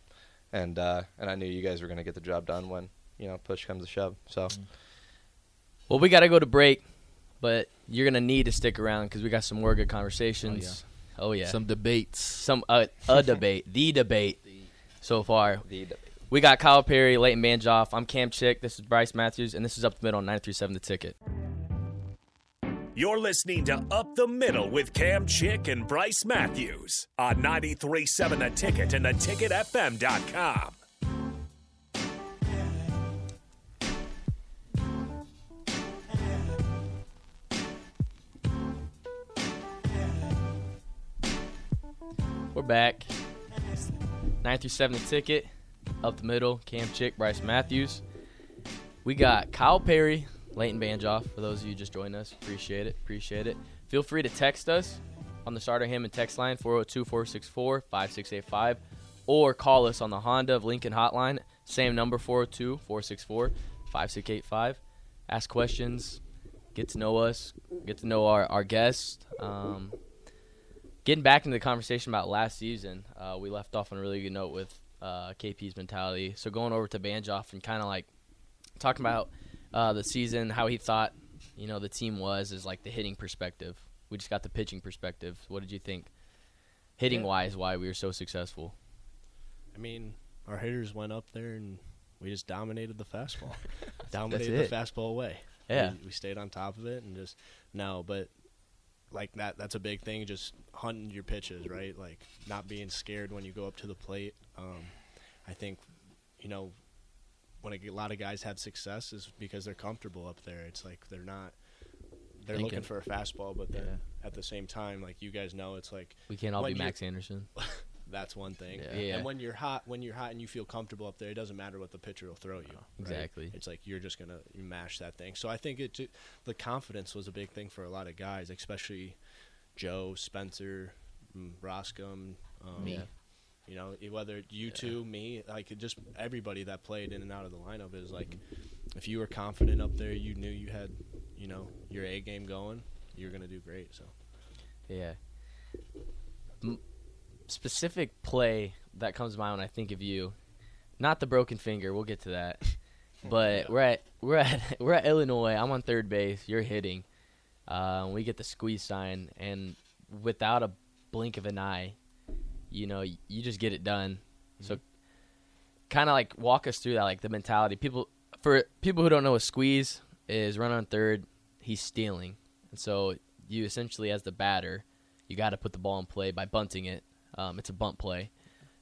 Speaker 3: and uh, and I knew you guys were gonna get the job done when you know push comes to shove. So
Speaker 6: Mm.
Speaker 2: Well, we got to go to break, but you're gonna need to stick around because we got some more good conversations. Oh yeah, some
Speaker 5: Some debates.
Speaker 2: uh, a debate, the debate so far.
Speaker 3: the
Speaker 2: We got Kyle Perry, Leighton Banjoff. I'm Cam Chick. This is Bryce Matthews, and this is up the middle on 937 The Ticket.
Speaker 1: You're listening to Up the Middle with Cam Chick and Bryce Matthews on 937 a ticket and the ticketfm.com.
Speaker 2: We're back. 937 The Ticket, up the middle. Cam Chick, Bryce Matthews. We got Kyle Perry, Leighton Banjoff. For those of you just joining us, appreciate it. Appreciate it. Feel free to text us on the Starter Hammond text line 402 464 5685 or call us on the Honda of Lincoln hotline, same number 402 464 5685. Ask questions, get to know us, get to know our, our guests. Um, getting back into the conversation about last season, uh, we left off on a really good note with uh, KP's mentality. So going over to Banjoff and kind of like talking about uh, the season, how he thought, you know, the team was is like the hitting perspective. We just got the pitching perspective. What did you think, hitting wise, why we were so successful?
Speaker 4: I mean, our hitters went up there and we just dominated the fastball. dominated
Speaker 2: it.
Speaker 4: the fastball away.
Speaker 2: Yeah.
Speaker 4: We, we stayed on top of it and just no, but like that that's a big thing just hunting your pitches, right? Like not being scared when you go up to the plate. Um, I think you know when a g- lot of guys have success is because they're comfortable up there. It's like they're not they're
Speaker 2: Thinking.
Speaker 4: looking for a fastball, but then at the same time, like you guys know, it's like
Speaker 2: We can't all
Speaker 4: What
Speaker 2: be
Speaker 4: year-
Speaker 2: Max Anderson.
Speaker 4: that's one thing.
Speaker 5: Yeah.
Speaker 2: Yeah.
Speaker 4: And when you're hot, when you're hot and you feel comfortable up there, it doesn't matter what the pitcher will throw you. right?
Speaker 2: Exactly.
Speaker 4: It's like you're just gonna you mash that thing. So I think it ju- the confidence was a big thing for a lot of guys, especially Joe, Spencer, mm, Roscom, um,
Speaker 5: Me.
Speaker 4: You know, e- whether you two, me, like it just everybody that played in and out of the lineup is like, if you were confident up there, you knew you had, you know, your A game going, you're gonna do great. So
Speaker 2: Yeah. M- specific play that comes to mind when I think of you, not the broken finger. We'll get to that. But we're at we're at we're at Illinois. I'm on third base. You're hitting. Uh, we get the squeeze sign, and without a blink of an eye, you know, y- you just get it done. So,
Speaker 4: Mm-hmm.
Speaker 2: kind of like walk us through that, like the mentality. People for people who don't know, a squeeze is run on third. He's stealing, and so you essentially, as the batter, you got to put the ball in play by bunting it. Um, it's a bunt play,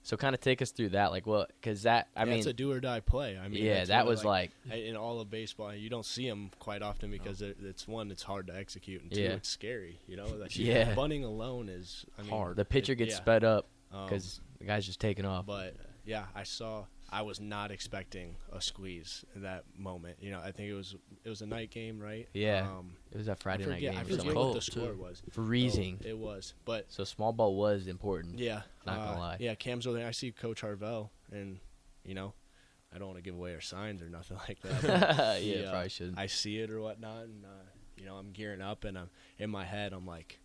Speaker 2: So kind of take us through that, like what? Because that I
Speaker 4: Yeah,
Speaker 2: mean,
Speaker 4: it's a do or die play. I mean,
Speaker 2: yeah,
Speaker 4: that's
Speaker 2: that
Speaker 4: really,
Speaker 2: was like,
Speaker 4: I- in all of baseball, you don't see them quite often because it it's one, it's hard to execute, and two,
Speaker 2: Yeah.
Speaker 4: it's scary. You know, like
Speaker 2: Yeah.
Speaker 4: bunting alone is I mean,
Speaker 5: Hard.
Speaker 2: the pitcher
Speaker 4: it-
Speaker 2: gets
Speaker 4: yeah.
Speaker 2: sped up
Speaker 4: Um,
Speaker 2: because the guy's just taking off.
Speaker 4: but yeah, I saw. I was not expecting a squeeze in that moment. You know, I think it was it was a night game, right?
Speaker 2: Yeah,
Speaker 4: Um,
Speaker 2: it was that Friday
Speaker 4: I
Speaker 2: night
Speaker 4: forget,
Speaker 2: game
Speaker 4: I
Speaker 2: or
Speaker 4: forget
Speaker 2: something.
Speaker 5: like
Speaker 4: what
Speaker 5: that.
Speaker 4: the
Speaker 5: Cold,
Speaker 4: score
Speaker 5: too.
Speaker 4: was.
Speaker 2: Freezing.
Speaker 4: Oh, it was, but
Speaker 2: So small ball was important.
Speaker 4: yeah,
Speaker 2: Not gonna
Speaker 4: uh,
Speaker 2: lie.
Speaker 4: Yeah, Cam's over there. I see Coach Harvell, and you know, I don't want to give away our signs or nothing like that. but
Speaker 2: yeah,
Speaker 4: he, uh,
Speaker 2: probably shouldn't.
Speaker 4: I see it or whatnot, and uh, you know, I'm gearing up, and I'm in my head, I'm like,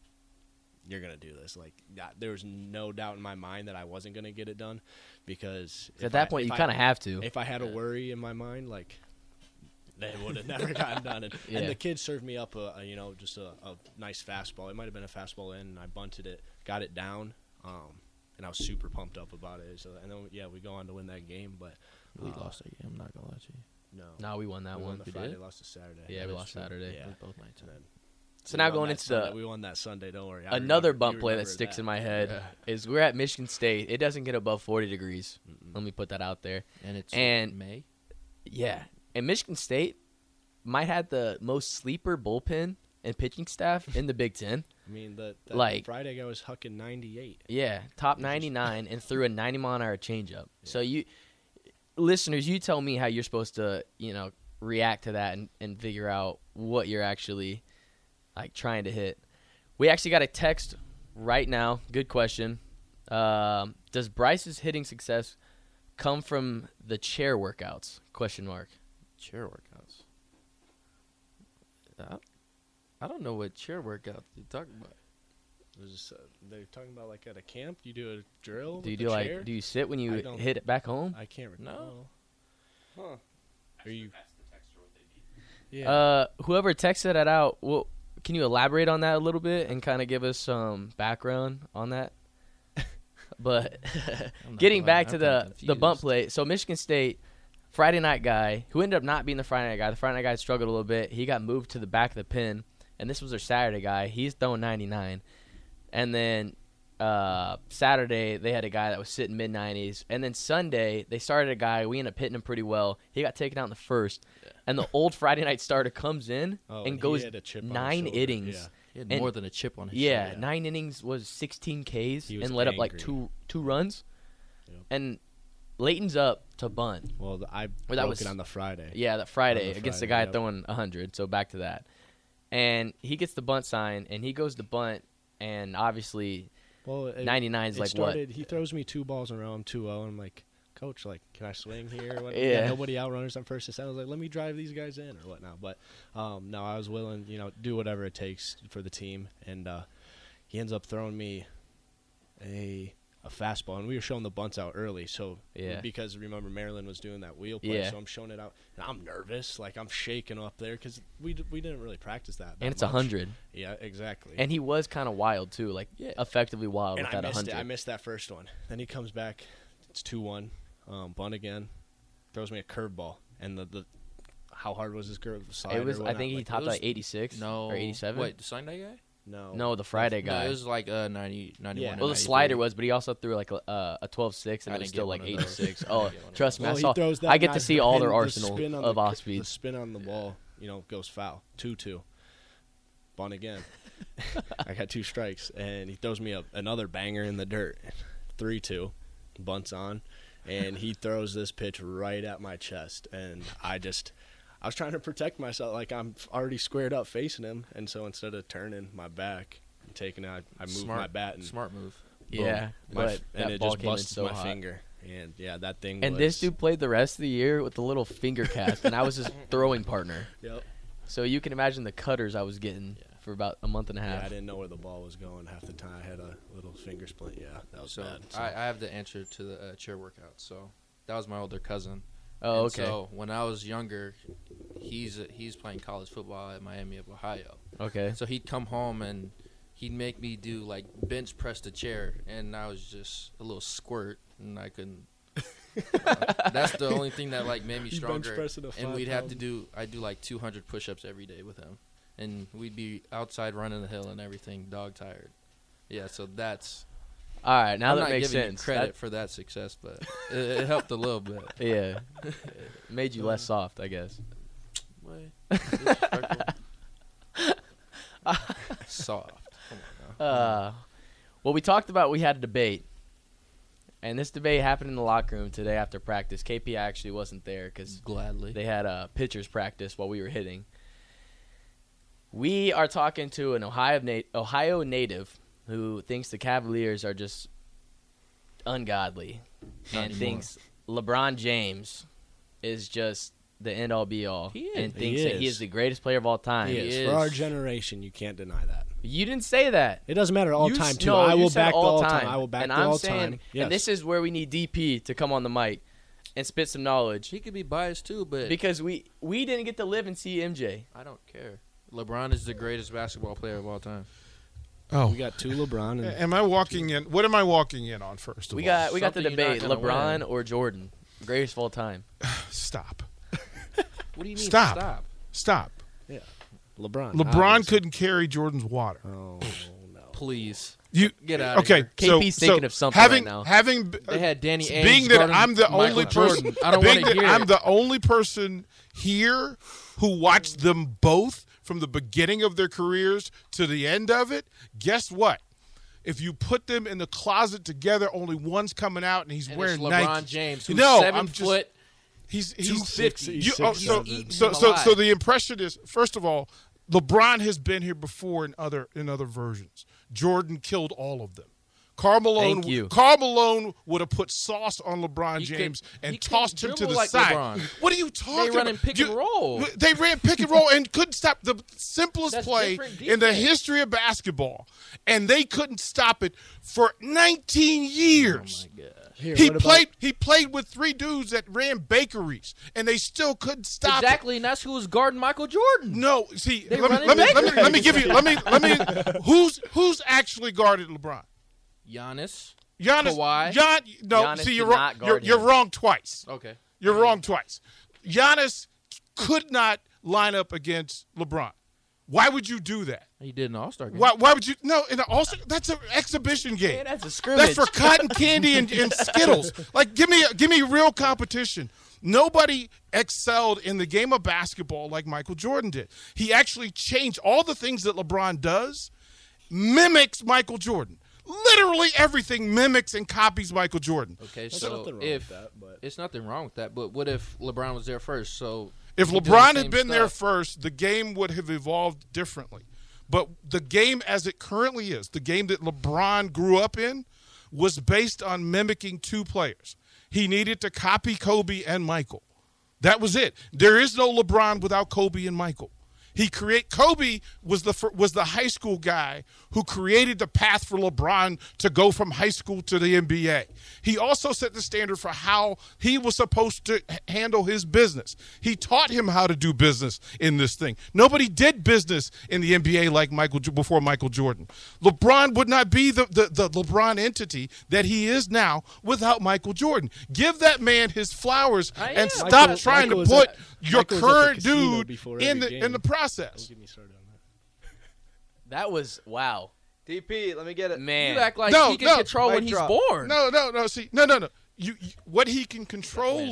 Speaker 4: "You're gonna do this." Like, that, there was no doubt in my mind that I wasn't gonna get it done, because
Speaker 2: 'Cause
Speaker 4: if
Speaker 2: at that
Speaker 4: I-
Speaker 2: point,
Speaker 4: if
Speaker 2: you
Speaker 4: I-
Speaker 2: kind of have to.
Speaker 4: If I had a worry in my mind, like. They would have never gotten done, and,
Speaker 2: Yeah.
Speaker 4: and the kid served me up a, a you know just a, a nice fastball. It might have been a fastball in, and I bunted it, got it down, um, and I was super pumped up about it. So and then yeah, we go on to win that game, but
Speaker 5: We
Speaker 4: Uh,
Speaker 5: lost that game. I'm not gonna lie to you.
Speaker 4: no,
Speaker 2: no, we won that
Speaker 4: we
Speaker 2: one.
Speaker 4: won the
Speaker 5: We
Speaker 4: Friday,
Speaker 5: did?
Speaker 4: lost the Saturday.
Speaker 2: yeah, we
Speaker 5: that's
Speaker 2: lost
Speaker 5: true.
Speaker 2: Saturday.
Speaker 4: Yeah.
Speaker 5: It was both nights.
Speaker 4: And then
Speaker 2: So
Speaker 4: we
Speaker 2: now
Speaker 4: won
Speaker 2: going
Speaker 4: that
Speaker 2: into
Speaker 4: Sunday.
Speaker 2: the
Speaker 4: we won that Sunday. Don't worry. I
Speaker 2: another
Speaker 4: remember- you
Speaker 2: bump play that
Speaker 4: remember
Speaker 2: sticks in my head is we're at Michigan State. It doesn't get above 40 degrees. Let me put that out there.
Speaker 5: And it's
Speaker 2: And-
Speaker 5: May.
Speaker 2: Yeah. And Michigan State might have the most sleeper bullpen and pitching staff in the Big Ten.
Speaker 4: I mean, the that
Speaker 2: Like-
Speaker 4: Friday guy was hucking 98.
Speaker 2: Yeah, top 99 and threw a 90 mile an hour changeup. So you, listeners, you tell me how you're supposed to, you know, react to that and, and figure out what you're actually like trying to hit. We actually got a text right now. Good question. Um, does Bryce's hitting success come from the chair workouts? Question mark.
Speaker 5: chair workouts. I, I don't know what chair workouts you're talking about.
Speaker 4: It was just, uh, they're talking about like at a camp, you do a drill.
Speaker 2: Do you
Speaker 4: with
Speaker 2: do
Speaker 4: a
Speaker 2: like
Speaker 4: chair?
Speaker 2: do you sit when you
Speaker 4: I don't-
Speaker 2: hit it back home?
Speaker 4: I can't recall.
Speaker 5: No.
Speaker 3: Huh.
Speaker 4: Are you? Yeah.
Speaker 2: Uh, whoever texted that out, well, can you elaborate on that a little bit and kind of give us some background on that? but
Speaker 5: I'm not
Speaker 2: getting
Speaker 5: gonna lie,
Speaker 2: back to
Speaker 5: I'm kinda
Speaker 2: the the bump
Speaker 5: confused.
Speaker 2: play, so Michigan State Friday night guy who ended up not being the Friday night guy. The Friday night guy struggled a little bit. He got moved to the back of the pin, and this was their Saturday guy. He's throwing 99, and then uh, Saturday they had a guy that was sitting mid 90s, and then Sunday they started a guy. We ended up hitting him pretty well. He got taken out in the first, and the old Friday night starter comes in
Speaker 4: Oh,
Speaker 2: and
Speaker 4: he
Speaker 2: goes
Speaker 4: had a chip on his
Speaker 2: nine
Speaker 4: shoulder.
Speaker 2: innings.
Speaker 4: Yeah.
Speaker 5: He had
Speaker 2: and-
Speaker 5: more than a chip on his
Speaker 2: Yeah,
Speaker 4: Yeah.
Speaker 2: nine innings was 16 Ks
Speaker 4: He was
Speaker 2: and let up like
Speaker 4: angry.
Speaker 2: two two runs,
Speaker 4: Yep.
Speaker 2: and Leighton's up to bunt.
Speaker 4: Well, the, I
Speaker 2: that
Speaker 4: broke
Speaker 2: was-
Speaker 4: it on the Friday.
Speaker 2: Yeah, that Friday
Speaker 4: On the
Speaker 2: against the guy
Speaker 4: Friday, yep.
Speaker 2: throwing 100. So back to that. And he gets the bunt sign and he goes to bunt and obviously
Speaker 4: Well, it,
Speaker 2: 99 is
Speaker 4: it
Speaker 2: like
Speaker 4: started, He throws me two balls in a row. I'm 2 0. I'm like, Coach, like, can I swing here? Or whatnot?
Speaker 2: Yeah.
Speaker 4: Nobody outrunners on first and second. I was like, let me drive these guys in or whatnot. But um, no, I was willing, you know, do whatever it takes for the team. And uh, he ends up throwing me a a fastball, and we were showing the bunts out early. So
Speaker 2: Yeah.
Speaker 4: because remember Maryland was doing that wheel play,
Speaker 2: Yeah.
Speaker 4: so I'm showing it out, and I'm nervous, like I'm shaking up there because we d- we didn't really practice that. that
Speaker 2: and it's a
Speaker 4: much.
Speaker 2: 100.
Speaker 4: Yeah, exactly.
Speaker 2: And he was kind of wild too, like effectively wild
Speaker 4: And
Speaker 2: with
Speaker 4: I
Speaker 2: that
Speaker 4: missed
Speaker 2: 100.
Speaker 4: it. I missed that first one. Then he comes back. It's two one. Um, bunt again. Throws me a curveball. And the, the how hard was his curve slide?
Speaker 2: it
Speaker 4: or
Speaker 2: was I
Speaker 4: whatnot?
Speaker 2: think he
Speaker 4: Like,
Speaker 2: topped
Speaker 5: those-
Speaker 2: like 86
Speaker 5: No.
Speaker 2: or 87.
Speaker 5: Wait, the Sunday guy?
Speaker 4: no
Speaker 2: no, the Friday
Speaker 5: No,
Speaker 2: guy.
Speaker 5: it was like uh, 90, 91
Speaker 4: Yeah.
Speaker 5: or
Speaker 2: well, the
Speaker 5: 93.
Speaker 2: slider was, but he also threw like a, uh, a 12-6 and
Speaker 5: I
Speaker 2: it was
Speaker 5: didn't get
Speaker 2: still
Speaker 5: one
Speaker 2: like
Speaker 5: of
Speaker 2: 86.
Speaker 5: those. I didn't
Speaker 2: Oh,
Speaker 5: get one of
Speaker 2: trust me,
Speaker 4: Well,
Speaker 2: I
Speaker 4: he
Speaker 2: saw.
Speaker 4: throws that
Speaker 2: I get to
Speaker 4: knife
Speaker 2: see all
Speaker 4: and
Speaker 2: their
Speaker 4: the
Speaker 2: arsenal
Speaker 4: spin on
Speaker 2: of
Speaker 4: the,
Speaker 2: off speed.
Speaker 4: The spin on the ball, you know, goes foul. Two two. Bunt again. I got two strikes, and he throws me a, another banger in the dirt. Three two, bunts on, and he throws this pitch right at my chest, and I just. I was trying to protect myself, like I'm already squared up facing him, and so instead of turning my back and taking it, I, I moved
Speaker 5: smart,
Speaker 4: my bat and
Speaker 5: Smart move.
Speaker 4: boom,
Speaker 2: Yeah, but
Speaker 4: my f-
Speaker 2: that
Speaker 4: and it
Speaker 2: ball
Speaker 4: just
Speaker 2: came in
Speaker 4: busted
Speaker 2: so
Speaker 4: my
Speaker 2: hot.
Speaker 4: finger, and yeah, that thing.
Speaker 2: And this
Speaker 4: was-
Speaker 2: dude played the rest of the year with the little finger cast, and I was his throwing partner.
Speaker 4: Yep.
Speaker 2: So you can imagine the cutters I was getting for about a month and a
Speaker 4: Yeah,
Speaker 2: half.
Speaker 4: I didn't know where the ball was going half the time. I had a little finger splint. Yeah, that was
Speaker 5: So
Speaker 4: bad. So-
Speaker 5: I, I have the answer to the uh, chair workout. So that was my older cousin.
Speaker 2: oh,
Speaker 5: And
Speaker 2: okay.
Speaker 5: So when I was younger, he's he's playing college football at Miami of Ohio.
Speaker 2: okay.
Speaker 5: So he'd come home and he'd make me do like bench press the chair, and I was just a little squirt, and I couldn't. Uh, that's the only thing that like made me
Speaker 4: You bench
Speaker 5: stronger.
Speaker 4: pressing a
Speaker 5: and
Speaker 4: five
Speaker 5: we'd have to
Speaker 4: pound-
Speaker 5: do I do like 200 push-ups every day with him, and we'd be outside running the hill and everything, dog tired. Yeah, so that's
Speaker 2: All right, now
Speaker 5: I'm
Speaker 2: that
Speaker 5: not
Speaker 2: makes
Speaker 5: giving
Speaker 2: sense.
Speaker 5: you credit for that success, but it, it helped a little bit.
Speaker 2: That- yeah, It made you less soft, I guess.
Speaker 5: Way disrespectful. Soft. Come on now.
Speaker 2: Uh, well, we talked about we had a debate, and this debate happened in the locker room today after practice. KP actually wasn't there because
Speaker 5: Gladly.
Speaker 2: they had uh, pitchers practice while we were hitting. We are talking to an Ohio na- Ohio native who thinks the Cavaliers are just ungodly,
Speaker 5: Not
Speaker 2: and
Speaker 5: anymore.
Speaker 2: thinks LeBron James is just the end all be all,
Speaker 4: He is.
Speaker 2: and
Speaker 4: He
Speaker 2: thinks that he
Speaker 4: is.
Speaker 2: is the greatest player of all time.
Speaker 4: He is.
Speaker 5: is.
Speaker 4: For our generation, you can't deny that.
Speaker 2: You didn't say that.
Speaker 4: It doesn't matter all
Speaker 2: You
Speaker 4: time
Speaker 2: s-
Speaker 4: too.
Speaker 2: no,
Speaker 4: I
Speaker 2: you
Speaker 4: will
Speaker 2: said
Speaker 4: back the
Speaker 2: all
Speaker 4: all time. I will back
Speaker 2: and
Speaker 4: the
Speaker 2: I'm
Speaker 4: all
Speaker 2: saying,
Speaker 4: time. Yes.
Speaker 2: And this is where we need DP to come on the mic and spit some knowledge
Speaker 5: He could be biased too, but
Speaker 2: because we we didn't get to live and see MJ.
Speaker 5: I don't care. LeBron is the greatest basketball player of all time.
Speaker 7: Oh,
Speaker 4: we got two LeBron and
Speaker 7: am I walking in? What am I walking in on first? Of
Speaker 2: We
Speaker 7: all?
Speaker 2: got we got the
Speaker 5: Something you're not
Speaker 2: debate:
Speaker 5: gonna
Speaker 2: LeBron
Speaker 5: win.
Speaker 2: or Jordan, greatest of all time.
Speaker 7: stop,
Speaker 5: What do you mean?
Speaker 7: Stop.
Speaker 5: Stop.
Speaker 7: stop.
Speaker 4: LeBron.
Speaker 7: LeBron
Speaker 4: obviously.
Speaker 7: couldn't carry Jordan's water.
Speaker 4: Oh no.
Speaker 5: Please.
Speaker 7: You
Speaker 5: Get outta
Speaker 7: okay,
Speaker 5: here.
Speaker 7: so-
Speaker 2: KP's
Speaker 7: so
Speaker 2: thinking of something
Speaker 7: having,
Speaker 2: right now.
Speaker 7: Having b-
Speaker 5: They had Danny Ainge.
Speaker 7: being that
Speaker 5: guarding
Speaker 7: I'm the
Speaker 5: Michael
Speaker 7: only person,
Speaker 5: Jordan. I don't
Speaker 7: being
Speaker 5: want
Speaker 7: that
Speaker 5: to hear
Speaker 7: I'm
Speaker 5: it.
Speaker 7: the only person here who watched them both from the beginning of their careers to the end of it. Guess what? If you put them in the closet together, only one's coming out, and he's
Speaker 5: And
Speaker 7: wearing
Speaker 5: it's LeBron
Speaker 7: Nikes.
Speaker 5: James, who's
Speaker 7: no,
Speaker 5: seven
Speaker 7: I'm just,
Speaker 5: foot.
Speaker 7: He's he's
Speaker 5: 250.
Speaker 7: you- oh,
Speaker 5: He's
Speaker 7: so,
Speaker 5: eating
Speaker 7: so,
Speaker 5: him
Speaker 7: so, so
Speaker 5: alive.
Speaker 7: the impression is first of all, LeBron has been here before in other in other versions. Jordan killed all of them. Carl Malone,
Speaker 2: Thank you.
Speaker 7: Karl Malone would have put sauce on LeBron
Speaker 5: He
Speaker 7: James
Speaker 5: couldn't- he
Speaker 7: and
Speaker 5: couldn't
Speaker 7: tossed him to the
Speaker 5: dribble like
Speaker 7: side.
Speaker 5: LeBron.
Speaker 7: What are you talking
Speaker 5: running
Speaker 7: about?
Speaker 5: pick
Speaker 7: You-
Speaker 5: and roll.
Speaker 7: They ran pick and roll and couldn't stop the simplest
Speaker 5: That's
Speaker 7: play
Speaker 5: different
Speaker 7: in the
Speaker 5: defense.
Speaker 7: history of basketball, and they couldn't stop it for 19 years.
Speaker 5: Oh,
Speaker 4: Here,
Speaker 7: He
Speaker 4: what about-
Speaker 7: played. He played with three dudes that ran bakeries, and they still couldn't stop. it.
Speaker 5: Exactly, and that's who was guarding Michael Jordan.
Speaker 7: No, see,
Speaker 5: They
Speaker 7: let me,
Speaker 5: run in
Speaker 7: let, me, let me let me
Speaker 5: bakeries.
Speaker 7: give you let me let me who's who's actually guarded LeBron?
Speaker 5: Giannis.
Speaker 7: Giannis.
Speaker 5: Kawhi?
Speaker 7: Gian, no,
Speaker 2: Giannis
Speaker 7: see,
Speaker 2: did
Speaker 7: you're wrong.
Speaker 2: not
Speaker 7: You're,
Speaker 2: guard
Speaker 7: you're
Speaker 2: him.
Speaker 7: wrong twice.
Speaker 5: Okay.
Speaker 7: You're wrong twice. Giannis could not line up against LeBron. Why would you do that?
Speaker 5: He did an All Star game.
Speaker 7: Why, why would you? No, and also that's an exhibition game.
Speaker 2: that's a
Speaker 7: That's
Speaker 2: scrimmage.
Speaker 7: for cotton candy and, and Skittles. Like, give me give me real competition. Nobody excelled in the game of basketball like Michael Jordan did. He actually changed all the things that LeBron does, mimics Michael Jordan. Literally everything mimics and copies Michael Jordan.
Speaker 5: Okay,
Speaker 4: There's
Speaker 5: so
Speaker 4: nothing wrong
Speaker 5: if
Speaker 4: with that, but
Speaker 5: it's nothing wrong with that, but what if LeBron was there first? So
Speaker 7: If
Speaker 5: he doing the
Speaker 7: LeBron had
Speaker 5: same
Speaker 7: been there
Speaker 5: stuff.
Speaker 7: first, the game would have evolved differently. But the game as it currently is, the game that LeBron grew up in, was based on mimicking two players. He needed to copy Kobe and Michael. That was it. There is no LeBron without Kobe and Michael. He create Kobe was the fir- was the high school guy who created the path for LeBron to go from high school to the NBA. He also set the standard for how he was supposed to h- handle his business. He taught him how to do business in this thing. Nobody did business in the NBA like Michael Jo- before Michael Jordan. LeBron would not be the, the, the LeBron entity that he is now without Michael Jordan. Give that man his flowers
Speaker 5: I
Speaker 7: and
Speaker 5: am.
Speaker 7: stop
Speaker 4: Michael-
Speaker 7: trying
Speaker 4: Michael was
Speaker 7: to put
Speaker 4: at-
Speaker 7: your
Speaker 4: Michael was at the
Speaker 7: current
Speaker 4: casino
Speaker 7: dude
Speaker 4: before
Speaker 7: in
Speaker 4: every
Speaker 7: the in
Speaker 4: game.
Speaker 7: the process.
Speaker 4: Don't get me started on that.
Speaker 2: that was wow,
Speaker 3: DP, let me get it.
Speaker 2: man.
Speaker 5: You act like
Speaker 7: No,
Speaker 5: he can
Speaker 7: no.
Speaker 5: control
Speaker 3: Mic
Speaker 5: when he's
Speaker 3: drop.
Speaker 5: born.
Speaker 7: No, no, no. See, no, no, no. You, you what he can control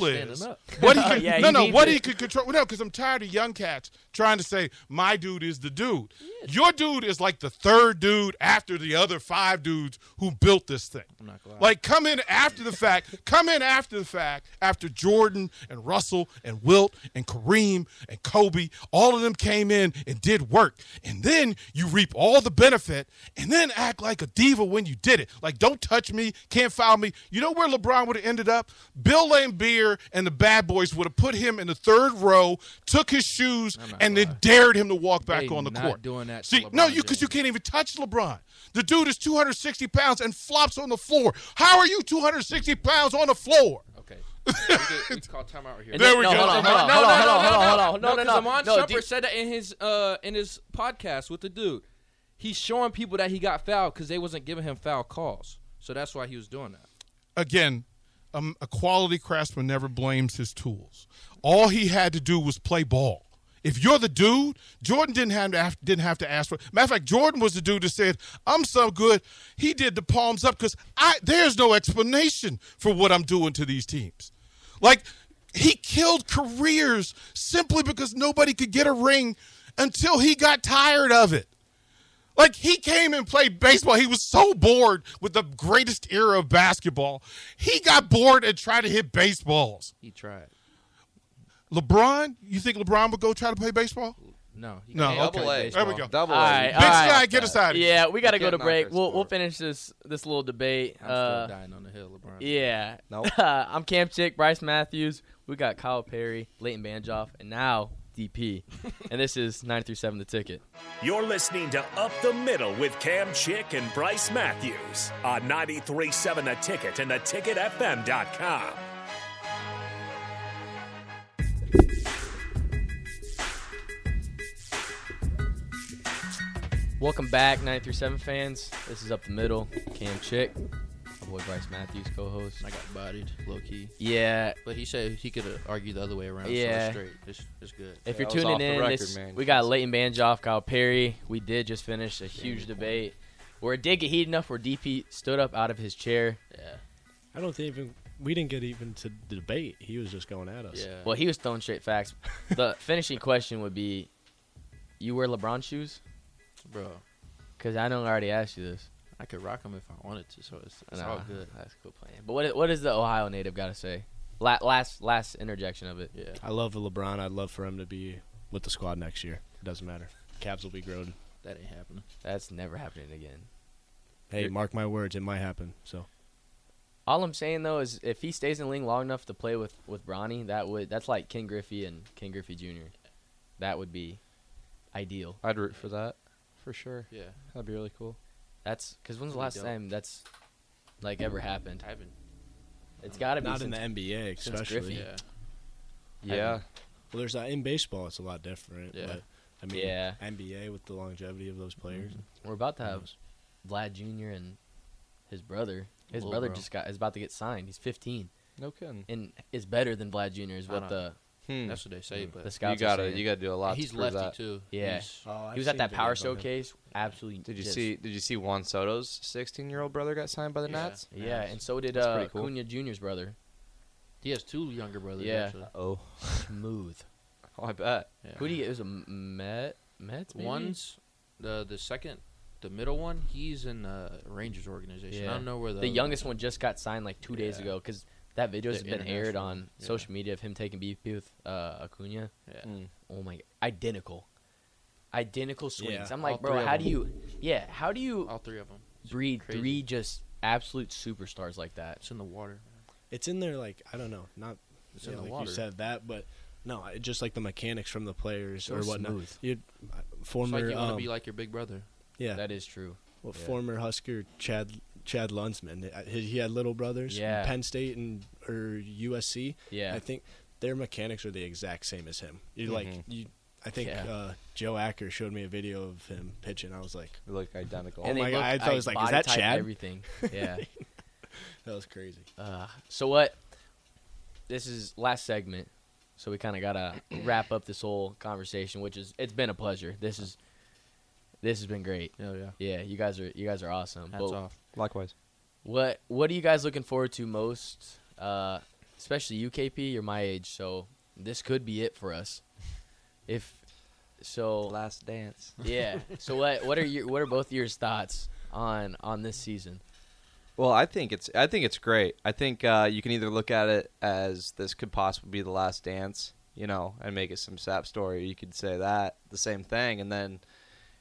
Speaker 5: That man's
Speaker 7: is
Speaker 5: standing up.
Speaker 7: what he can,
Speaker 2: Yeah,
Speaker 7: no
Speaker 2: he
Speaker 7: no
Speaker 2: needs
Speaker 7: what
Speaker 2: it.
Speaker 7: he could control no because I'm tired of young cats trying to say my dude is the dude. Your dude is like the third dude after the other five dudes who built this thing.
Speaker 5: I'm not gonna lie.
Speaker 7: Like come in after the fact, come in after the fact, after Jordan and Russell and Wilt and Kareem and Kobe, all of them came in and did work. And then you reap all the benefit and then act like a diva when you did it. Like don't touch me, can't foul me. You know where LeBron would have ended up? Bill Lambier and the Bad Boys would have put him in the third row, took his shoes
Speaker 5: not gonna
Speaker 7: and then
Speaker 5: lie.
Speaker 7: dared him to walk back
Speaker 5: They
Speaker 7: on the
Speaker 5: not
Speaker 7: court.
Speaker 5: doing that to
Speaker 7: See, no,
Speaker 5: LeBron
Speaker 7: you cuz
Speaker 5: James.
Speaker 7: you can't even touch LeBron. The dude is 260 pounds and flops on the floor. How are you 260 pounds on the floor?
Speaker 5: Okay. we could, we could call timeout right here.
Speaker 2: And
Speaker 7: There
Speaker 2: then-
Speaker 7: we
Speaker 2: no,
Speaker 7: go.
Speaker 2: Hold on,
Speaker 5: No,
Speaker 2: hold on,
Speaker 5: no,
Speaker 2: hold
Speaker 5: no,
Speaker 2: on,
Speaker 5: no,
Speaker 2: hold on, hold
Speaker 5: no,
Speaker 2: on,
Speaker 5: no.
Speaker 2: hold on. No, no,
Speaker 5: 'cause
Speaker 2: no.
Speaker 5: Amon
Speaker 2: No,
Speaker 5: Shumpert
Speaker 2: D-
Speaker 5: said that in his uh, in his podcast with the dude. He's showing people that he got fouled because they wasn't giving him foul calls. So that's why he was doing that.
Speaker 7: Again, um, a quality craftsman never blames his tools. All he had to do was play ball. If you're the dude, Jordan didn't have to have, didn't have to ask for. Matter of fact, Jordan was the dude that said, "I'm so good." He did the palms up because I there's no explanation for what I'm doing to these teams. Like he killed careers simply because nobody could get a ring until he got tired of it. Like he came and played baseball. He was so bored with the greatest era of basketball. He got bored and tried to hit baseballs.
Speaker 5: He tried.
Speaker 7: LeBron, you think LeBron would go try to play baseball?
Speaker 5: No. He
Speaker 7: No,
Speaker 5: can't
Speaker 3: Double
Speaker 5: play
Speaker 3: A.
Speaker 5: baseball.
Speaker 7: There we go.
Speaker 3: Double
Speaker 2: All
Speaker 3: A.
Speaker 2: right,
Speaker 7: Big
Speaker 2: all right.
Speaker 7: Sly, get us out of here.
Speaker 2: Yeah, we got to
Speaker 3: I
Speaker 2: go
Speaker 3: can't
Speaker 2: to
Speaker 3: knock
Speaker 2: break.
Speaker 3: this
Speaker 2: We'll we'll
Speaker 3: part.
Speaker 2: finish this this little debate.
Speaker 5: I'm
Speaker 2: Uh,
Speaker 5: still dying on the hill, LeBron.
Speaker 2: yeah.
Speaker 3: Nope.
Speaker 2: I'm Camp Chick, Bryce Matthews. We got Kyle Perry, Leighton Banjoff, and now DP. and this is 937 the ticket.
Speaker 1: You're listening to Up the Middle with Cam Chick and Bryce Matthews on 93.7 The Ticket and theticketfm.com.
Speaker 2: Welcome back 937 fans. This is up the middle. Cam Chick, my boy Bryce Matthews co-host.
Speaker 5: I got bodied, low key.
Speaker 2: Yeah.
Speaker 5: But he said he could uh, argue the other way around.
Speaker 2: Yeah.
Speaker 5: So it's straight. It's, it's good.
Speaker 2: If
Speaker 3: Yeah,
Speaker 2: you're
Speaker 3: that was off
Speaker 2: tuning
Speaker 3: the
Speaker 2: in,
Speaker 3: record,
Speaker 2: this,
Speaker 3: man.
Speaker 2: we got Leighton Banjoff, Kyle Perry. We did just finish a huge debate where it did get heated enough where DP stood up out of his chair.
Speaker 5: Yeah.
Speaker 4: I don't think even we didn't get even to debate. He was just going at us.
Speaker 5: Yeah.
Speaker 2: Well, he was throwing straight facts. the finishing question would be, you wear LeBron shoes?
Speaker 5: Bro,
Speaker 2: Because I know I already asked you this.
Speaker 5: I could rock him if I wanted to, so it's, it's
Speaker 2: Nah,
Speaker 5: all good.
Speaker 2: That's a cool plan. But what what does the Ohio native got to say? La- last last interjection of it.
Speaker 5: Yeah.
Speaker 4: I love LeBron. I'd love for him to be with the squad next year. It doesn't matter. Cavs will be grown.
Speaker 5: That ain't happening.
Speaker 2: That's never happening again.
Speaker 4: Hey, mark my words, it might happen. So
Speaker 2: All I'm saying though is, if he stays in the league long enough to play with with Bronny, that would that's like Ken Griffey and Ken Griffey Jr. That would be ideal.
Speaker 6: I'd root for that, for sure.
Speaker 5: Yeah.
Speaker 6: That'd be really cool.
Speaker 2: That's because when's the
Speaker 5: We
Speaker 2: last
Speaker 5: don't.
Speaker 2: time that's like ever happened?
Speaker 5: I haven't.
Speaker 2: It's got to be
Speaker 4: not in
Speaker 2: since-
Speaker 4: the NBA,
Speaker 2: since
Speaker 4: especially.
Speaker 2: Griffey.
Speaker 5: Yeah.
Speaker 6: Yeah.
Speaker 4: Well, there's that in baseball. It's a lot different.
Speaker 5: Yeah.
Speaker 4: But, I mean,
Speaker 2: Yeah. Mm-hmm.
Speaker 4: NBA with the longevity of those players.
Speaker 2: We're about to
Speaker 4: Who
Speaker 2: have
Speaker 4: knows?
Speaker 2: Vlad Jr. and his brother. His
Speaker 5: Little
Speaker 2: brother
Speaker 5: bro.
Speaker 2: just got is about to get signed. He's 15
Speaker 6: No kidding.
Speaker 2: and is better than Vlad Jr. Is
Speaker 5: I
Speaker 2: what the
Speaker 3: Hmm.
Speaker 5: That's what they say, but
Speaker 2: the
Speaker 6: You
Speaker 2: scouts are
Speaker 6: gotta,
Speaker 2: saying.
Speaker 6: you gotta do a lot.
Speaker 5: he's
Speaker 6: for
Speaker 5: lefty
Speaker 6: that.
Speaker 5: too.
Speaker 2: Yeah.
Speaker 5: He's-
Speaker 2: he was at that power showcase. Absolutely.
Speaker 6: Did you
Speaker 2: just-
Speaker 6: see? Did you see Juan Soto's 16-year-old brother got signed by the
Speaker 5: Yeah.
Speaker 6: Nats?
Speaker 2: Yeah, and so did
Speaker 6: That's
Speaker 2: uh,
Speaker 6: pretty cool.
Speaker 2: Cunha Jr.'s brother.
Speaker 5: he has two younger brothers.
Speaker 2: Yeah.
Speaker 5: Actually.
Speaker 6: Oh,
Speaker 2: Smooth.
Speaker 6: oh, I bet.
Speaker 5: Yeah.
Speaker 2: Who do you? It was a M- Met. Mets. Maybe?
Speaker 5: One's the the second, the middle one. He's in the Rangers organization.
Speaker 2: Yeah.
Speaker 5: I don't know where the
Speaker 2: the
Speaker 5: other
Speaker 2: youngest one
Speaker 5: one's
Speaker 2: just got signed like two days
Speaker 5: Yeah.
Speaker 2: ago because that video has
Speaker 5: The
Speaker 2: been aired
Speaker 5: international.
Speaker 2: on
Speaker 5: Yeah.
Speaker 2: social media of him taking BP with uh, Acuna.
Speaker 5: Yeah.
Speaker 6: Mm.
Speaker 2: Oh my, identical, identical swings.
Speaker 4: Yeah,
Speaker 2: I'm like,
Speaker 5: all three
Speaker 2: bro,
Speaker 5: of
Speaker 2: how do
Speaker 5: them.
Speaker 2: you? Yeah, how do you
Speaker 5: All three of them.
Speaker 2: breed
Speaker 5: crazy.
Speaker 2: three just absolute superstars like that?
Speaker 5: It's in the water. man.
Speaker 4: It's in there, like, I don't know. Not
Speaker 5: It's
Speaker 4: yeah,
Speaker 5: in the
Speaker 4: like
Speaker 5: water.
Speaker 4: you said that, but no, it, just like the mechanics from the players
Speaker 2: So
Speaker 4: or whatnot.
Speaker 2: smooth.
Speaker 4: You'd, uh,
Speaker 5: It's
Speaker 4: former,
Speaker 5: like you want to
Speaker 4: um,
Speaker 5: be like your big brother.
Speaker 4: yeah,
Speaker 2: That is true.
Speaker 4: well,
Speaker 2: yeah.
Speaker 4: former Husker Chad Chad Lunsman. Uh, He, he had little brothers.
Speaker 2: Yeah.
Speaker 4: Penn State and or USC.
Speaker 2: Yeah.
Speaker 4: I think their mechanics are the exact same as him. You like you. I think
Speaker 2: Mm-hmm. Yeah.
Speaker 4: uh, Joe Acker showed me a video of him pitching. I was like,
Speaker 6: They look identical.
Speaker 4: Oh
Speaker 2: they
Speaker 4: my God,
Speaker 2: look
Speaker 4: I thought it was like, is
Speaker 2: body
Speaker 4: that
Speaker 2: type,
Speaker 4: Chad?
Speaker 2: Everything. Yeah.
Speaker 4: that was crazy.
Speaker 2: Uh, so what? This is last segment, so we kind of gotta wrap up this whole conversation, which is it's been a pleasure. This is this has been great.
Speaker 5: Yeah, yeah.
Speaker 2: Yeah, you guys are you guys are awesome.
Speaker 5: Hats
Speaker 2: But
Speaker 5: off.
Speaker 6: Likewise.
Speaker 2: What what are you guys looking forward to most? Uh, especially UKP, you're my age, so this could be it for us. If so,
Speaker 6: Last dance.
Speaker 2: yeah. So what what are your what are both your thoughts on on this season?
Speaker 3: Well, I think it's I think it's great. I think uh, you can either look at it as this could possibly be the last dance, you know, and make it some sap story. You could say that the same thing, and then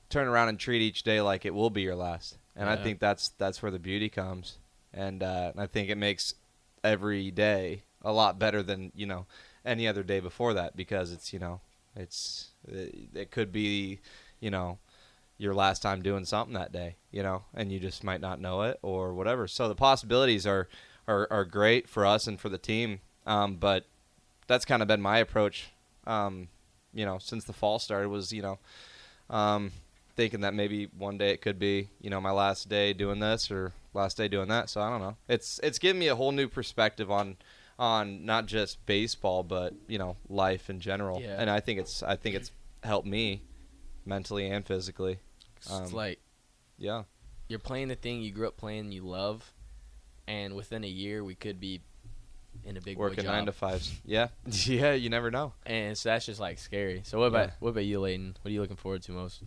Speaker 3: turn around and treat each day like it will be your last. And I
Speaker 5: Yeah.
Speaker 3: think that's that's where the beauty comes. And, uh, and I think it makes every day a lot better than you know any other day before that because it's you know it's it, it could be you know your last time doing something that day, you know, and you just might not know it or whatever. So the possibilities are are, are great for us and for the team. Um, but that's kind of been my approach, um, you know, since the fall started was, you know, um, thinking that maybe one day it could be, you know, my last day doing this or last day doing that. So I don't know. It's it's given me a whole new perspective on on not just baseball but you know life in general.
Speaker 5: Yeah.
Speaker 3: And I think it's I think it's helped me mentally and physically.
Speaker 2: 'Cause
Speaker 3: Um,
Speaker 2: it's like
Speaker 3: Yeah.
Speaker 2: you're playing the thing you grew up playing, you love, and within a year we could be in a big boy
Speaker 3: Working
Speaker 2: job.
Speaker 3: nine to fives. Yeah. Yeah. You never know.
Speaker 2: and so that's just like scary. So what about
Speaker 3: Yeah.
Speaker 2: what about you, Layton? What are you looking forward to most?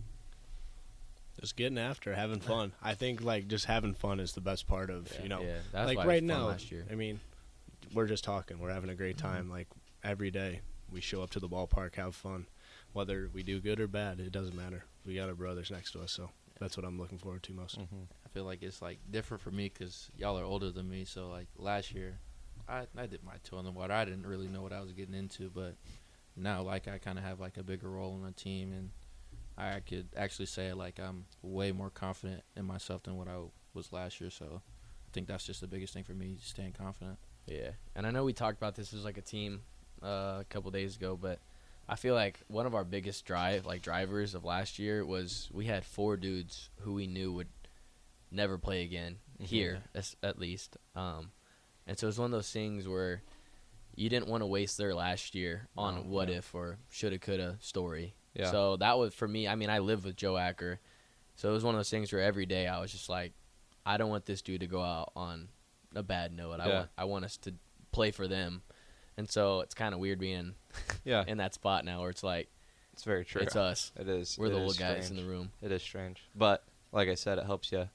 Speaker 4: Just getting after, having fun. I think like just having fun is the best part of you know.
Speaker 2: yeah, that's
Speaker 4: like
Speaker 2: why it was
Speaker 4: right
Speaker 2: fun
Speaker 4: now,
Speaker 2: last year. Mm-hmm.
Speaker 4: I mean, we're just talking. We're having a great time. Like every day, we show up to the ballpark, have fun. Whether we do good or bad, it doesn't matter. We got our brothers next to us, so that's what I'm looking forward to most.
Speaker 2: Mm-hmm.
Speaker 5: I feel like it's like different for me because y'all are older than me. So like last year, I I did my toe in the water. I didn't really know what I was getting into, but now like I kind of have like a bigger role in the team, and I could actually say like I'm way more confident in myself than what I was last year. So I think that's just the biggest thing for me, staying confident.
Speaker 2: Yeah, and I know we talked about this as like a team uh, a couple days ago, but I feel like one of our biggest drive, like drivers of last year, was we had four dudes who we knew would never play again
Speaker 5: Mm-hmm.
Speaker 2: here, as, at least. Um, and so it was one of those things where you didn't want to waste their last year on
Speaker 5: No,
Speaker 2: what
Speaker 5: yeah.
Speaker 2: if or shoulda, coulda story.
Speaker 3: Yeah.
Speaker 2: So that was for me. I mean, I live with Joe Acker, so it was one of those things where every day I was just like, I don't want this dude to go out on a bad note. I
Speaker 3: Yeah.
Speaker 2: want I want us to play for them. And so it's kind of weird being
Speaker 3: Yeah.
Speaker 2: in that spot now where it's like
Speaker 3: It's very true.
Speaker 2: it's us.
Speaker 3: It is.
Speaker 2: We're
Speaker 3: it
Speaker 2: the
Speaker 3: is
Speaker 2: little guys
Speaker 3: strange.
Speaker 2: in the room.
Speaker 3: It is strange, but like I said, it helps you,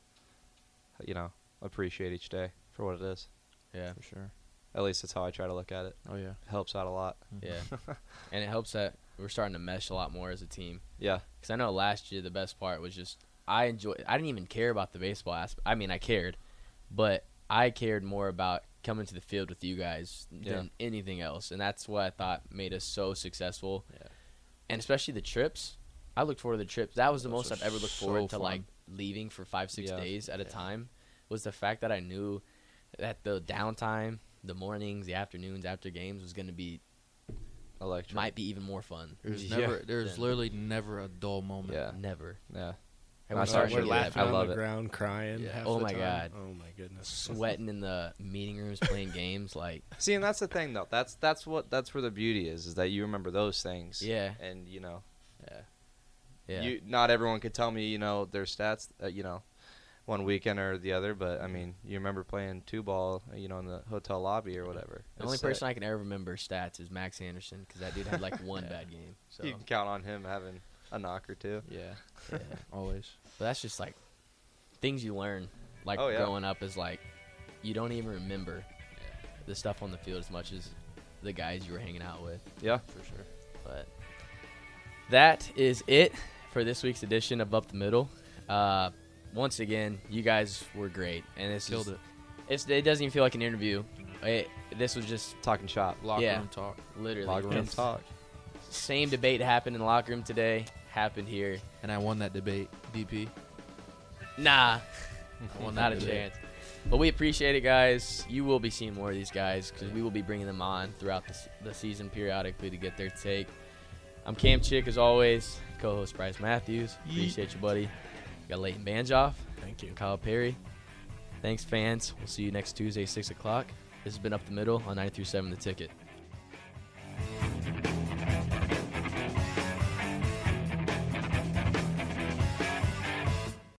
Speaker 3: you know, appreciate each day for what it is.
Speaker 2: Yeah.
Speaker 5: For sure.
Speaker 3: At least that's how I try to look at it.
Speaker 5: Oh yeah.
Speaker 3: It helps out a lot.
Speaker 2: Yeah. and it helps that we're starting to mesh a lot more as a team.
Speaker 3: Yeah,
Speaker 2: Cuz I know last year the best part was just I enjoy I didn't even care about the baseball aspect. I mean, I cared, but I cared more about coming to the field with you guys than anything else. And that's what I thought made us so successful.
Speaker 5: Yeah.
Speaker 2: And especially the trips. I looked forward to the trips. That was the most
Speaker 5: Those are
Speaker 2: I've ever looked
Speaker 5: so
Speaker 2: forward to
Speaker 5: fun.
Speaker 2: like leaving for 5 6
Speaker 3: Yeah.
Speaker 2: days at a time was the fact that I knew that the downtime, the mornings, the afternoons after games was going to be
Speaker 3: electric.
Speaker 2: might be even more fun.
Speaker 5: There's
Speaker 3: Yeah.
Speaker 5: never there's
Speaker 2: Then-
Speaker 5: literally never a dull moment.
Speaker 3: Yeah.
Speaker 2: Never.
Speaker 3: yeah,
Speaker 2: And
Speaker 3: I'm
Speaker 2: we
Speaker 3: sorry,
Speaker 2: started
Speaker 3: we're
Speaker 2: to get
Speaker 3: laughing.
Speaker 2: that
Speaker 4: Laughing
Speaker 3: I
Speaker 4: on
Speaker 3: love
Speaker 4: the
Speaker 3: it.
Speaker 4: ground, crying.
Speaker 5: Yeah.
Speaker 4: half
Speaker 2: Oh
Speaker 4: the
Speaker 2: my
Speaker 4: time.
Speaker 2: God.
Speaker 4: Oh my goodness.
Speaker 2: sweating in the meeting rooms playing games like
Speaker 3: See, and that's the thing though. That's that's what that's where the beauty is, is that you remember those things.
Speaker 2: Yeah.
Speaker 3: and you know,
Speaker 2: yeah.
Speaker 3: you not everyone could tell me you know their stats, uh, you know, one weekend or the other. But I mean, you remember playing two ball, uh, you know, in the hotel lobby or whatever.
Speaker 2: the only
Speaker 3: It's sick.
Speaker 2: person I can ever remember stats is Max Anderson because that dude had like one bad game. So,
Speaker 3: you can count on him having a knock or two.
Speaker 5: Yeah.
Speaker 2: yeah.
Speaker 5: Always.
Speaker 2: but that's just like things you learn, like
Speaker 3: Oh, yeah.
Speaker 2: growing up is like you don't even remember the stuff on the field as much as the guys you were hanging out with.
Speaker 3: Yeah,
Speaker 5: For sure.
Speaker 2: But that is it for this week's edition of Up the Middle. Uh, once again, you guys were great, and this
Speaker 5: Killed
Speaker 2: is,
Speaker 5: it.
Speaker 2: It's, it doesn't even feel like an interview. It, this was just
Speaker 3: talking shop.
Speaker 5: Locker
Speaker 2: Yeah.
Speaker 5: room talk.
Speaker 2: literally
Speaker 3: Locker room
Speaker 2: it's-
Speaker 3: talk.
Speaker 2: Same debate happened in the locker room today. Happened here.
Speaker 5: And I won that debate. DP.
Speaker 2: Nah,
Speaker 5: I won
Speaker 2: not
Speaker 5: that
Speaker 2: a
Speaker 5: debate.
Speaker 2: chance. But we appreciate it, guys. You will be seeing more of these guys because we will be bringing them on throughout the, s- the season periodically to get their take. I'm Cam Chick, as always. Co-host Bryce Matthews. Appreciate you, buddy. Got Leighton Banjoff,
Speaker 4: Thank you.
Speaker 2: Kyle Perry. Thanks, fans. We'll see you next Tuesday, six o'clock. This has been Up the Middle on 93.7 The Ticket.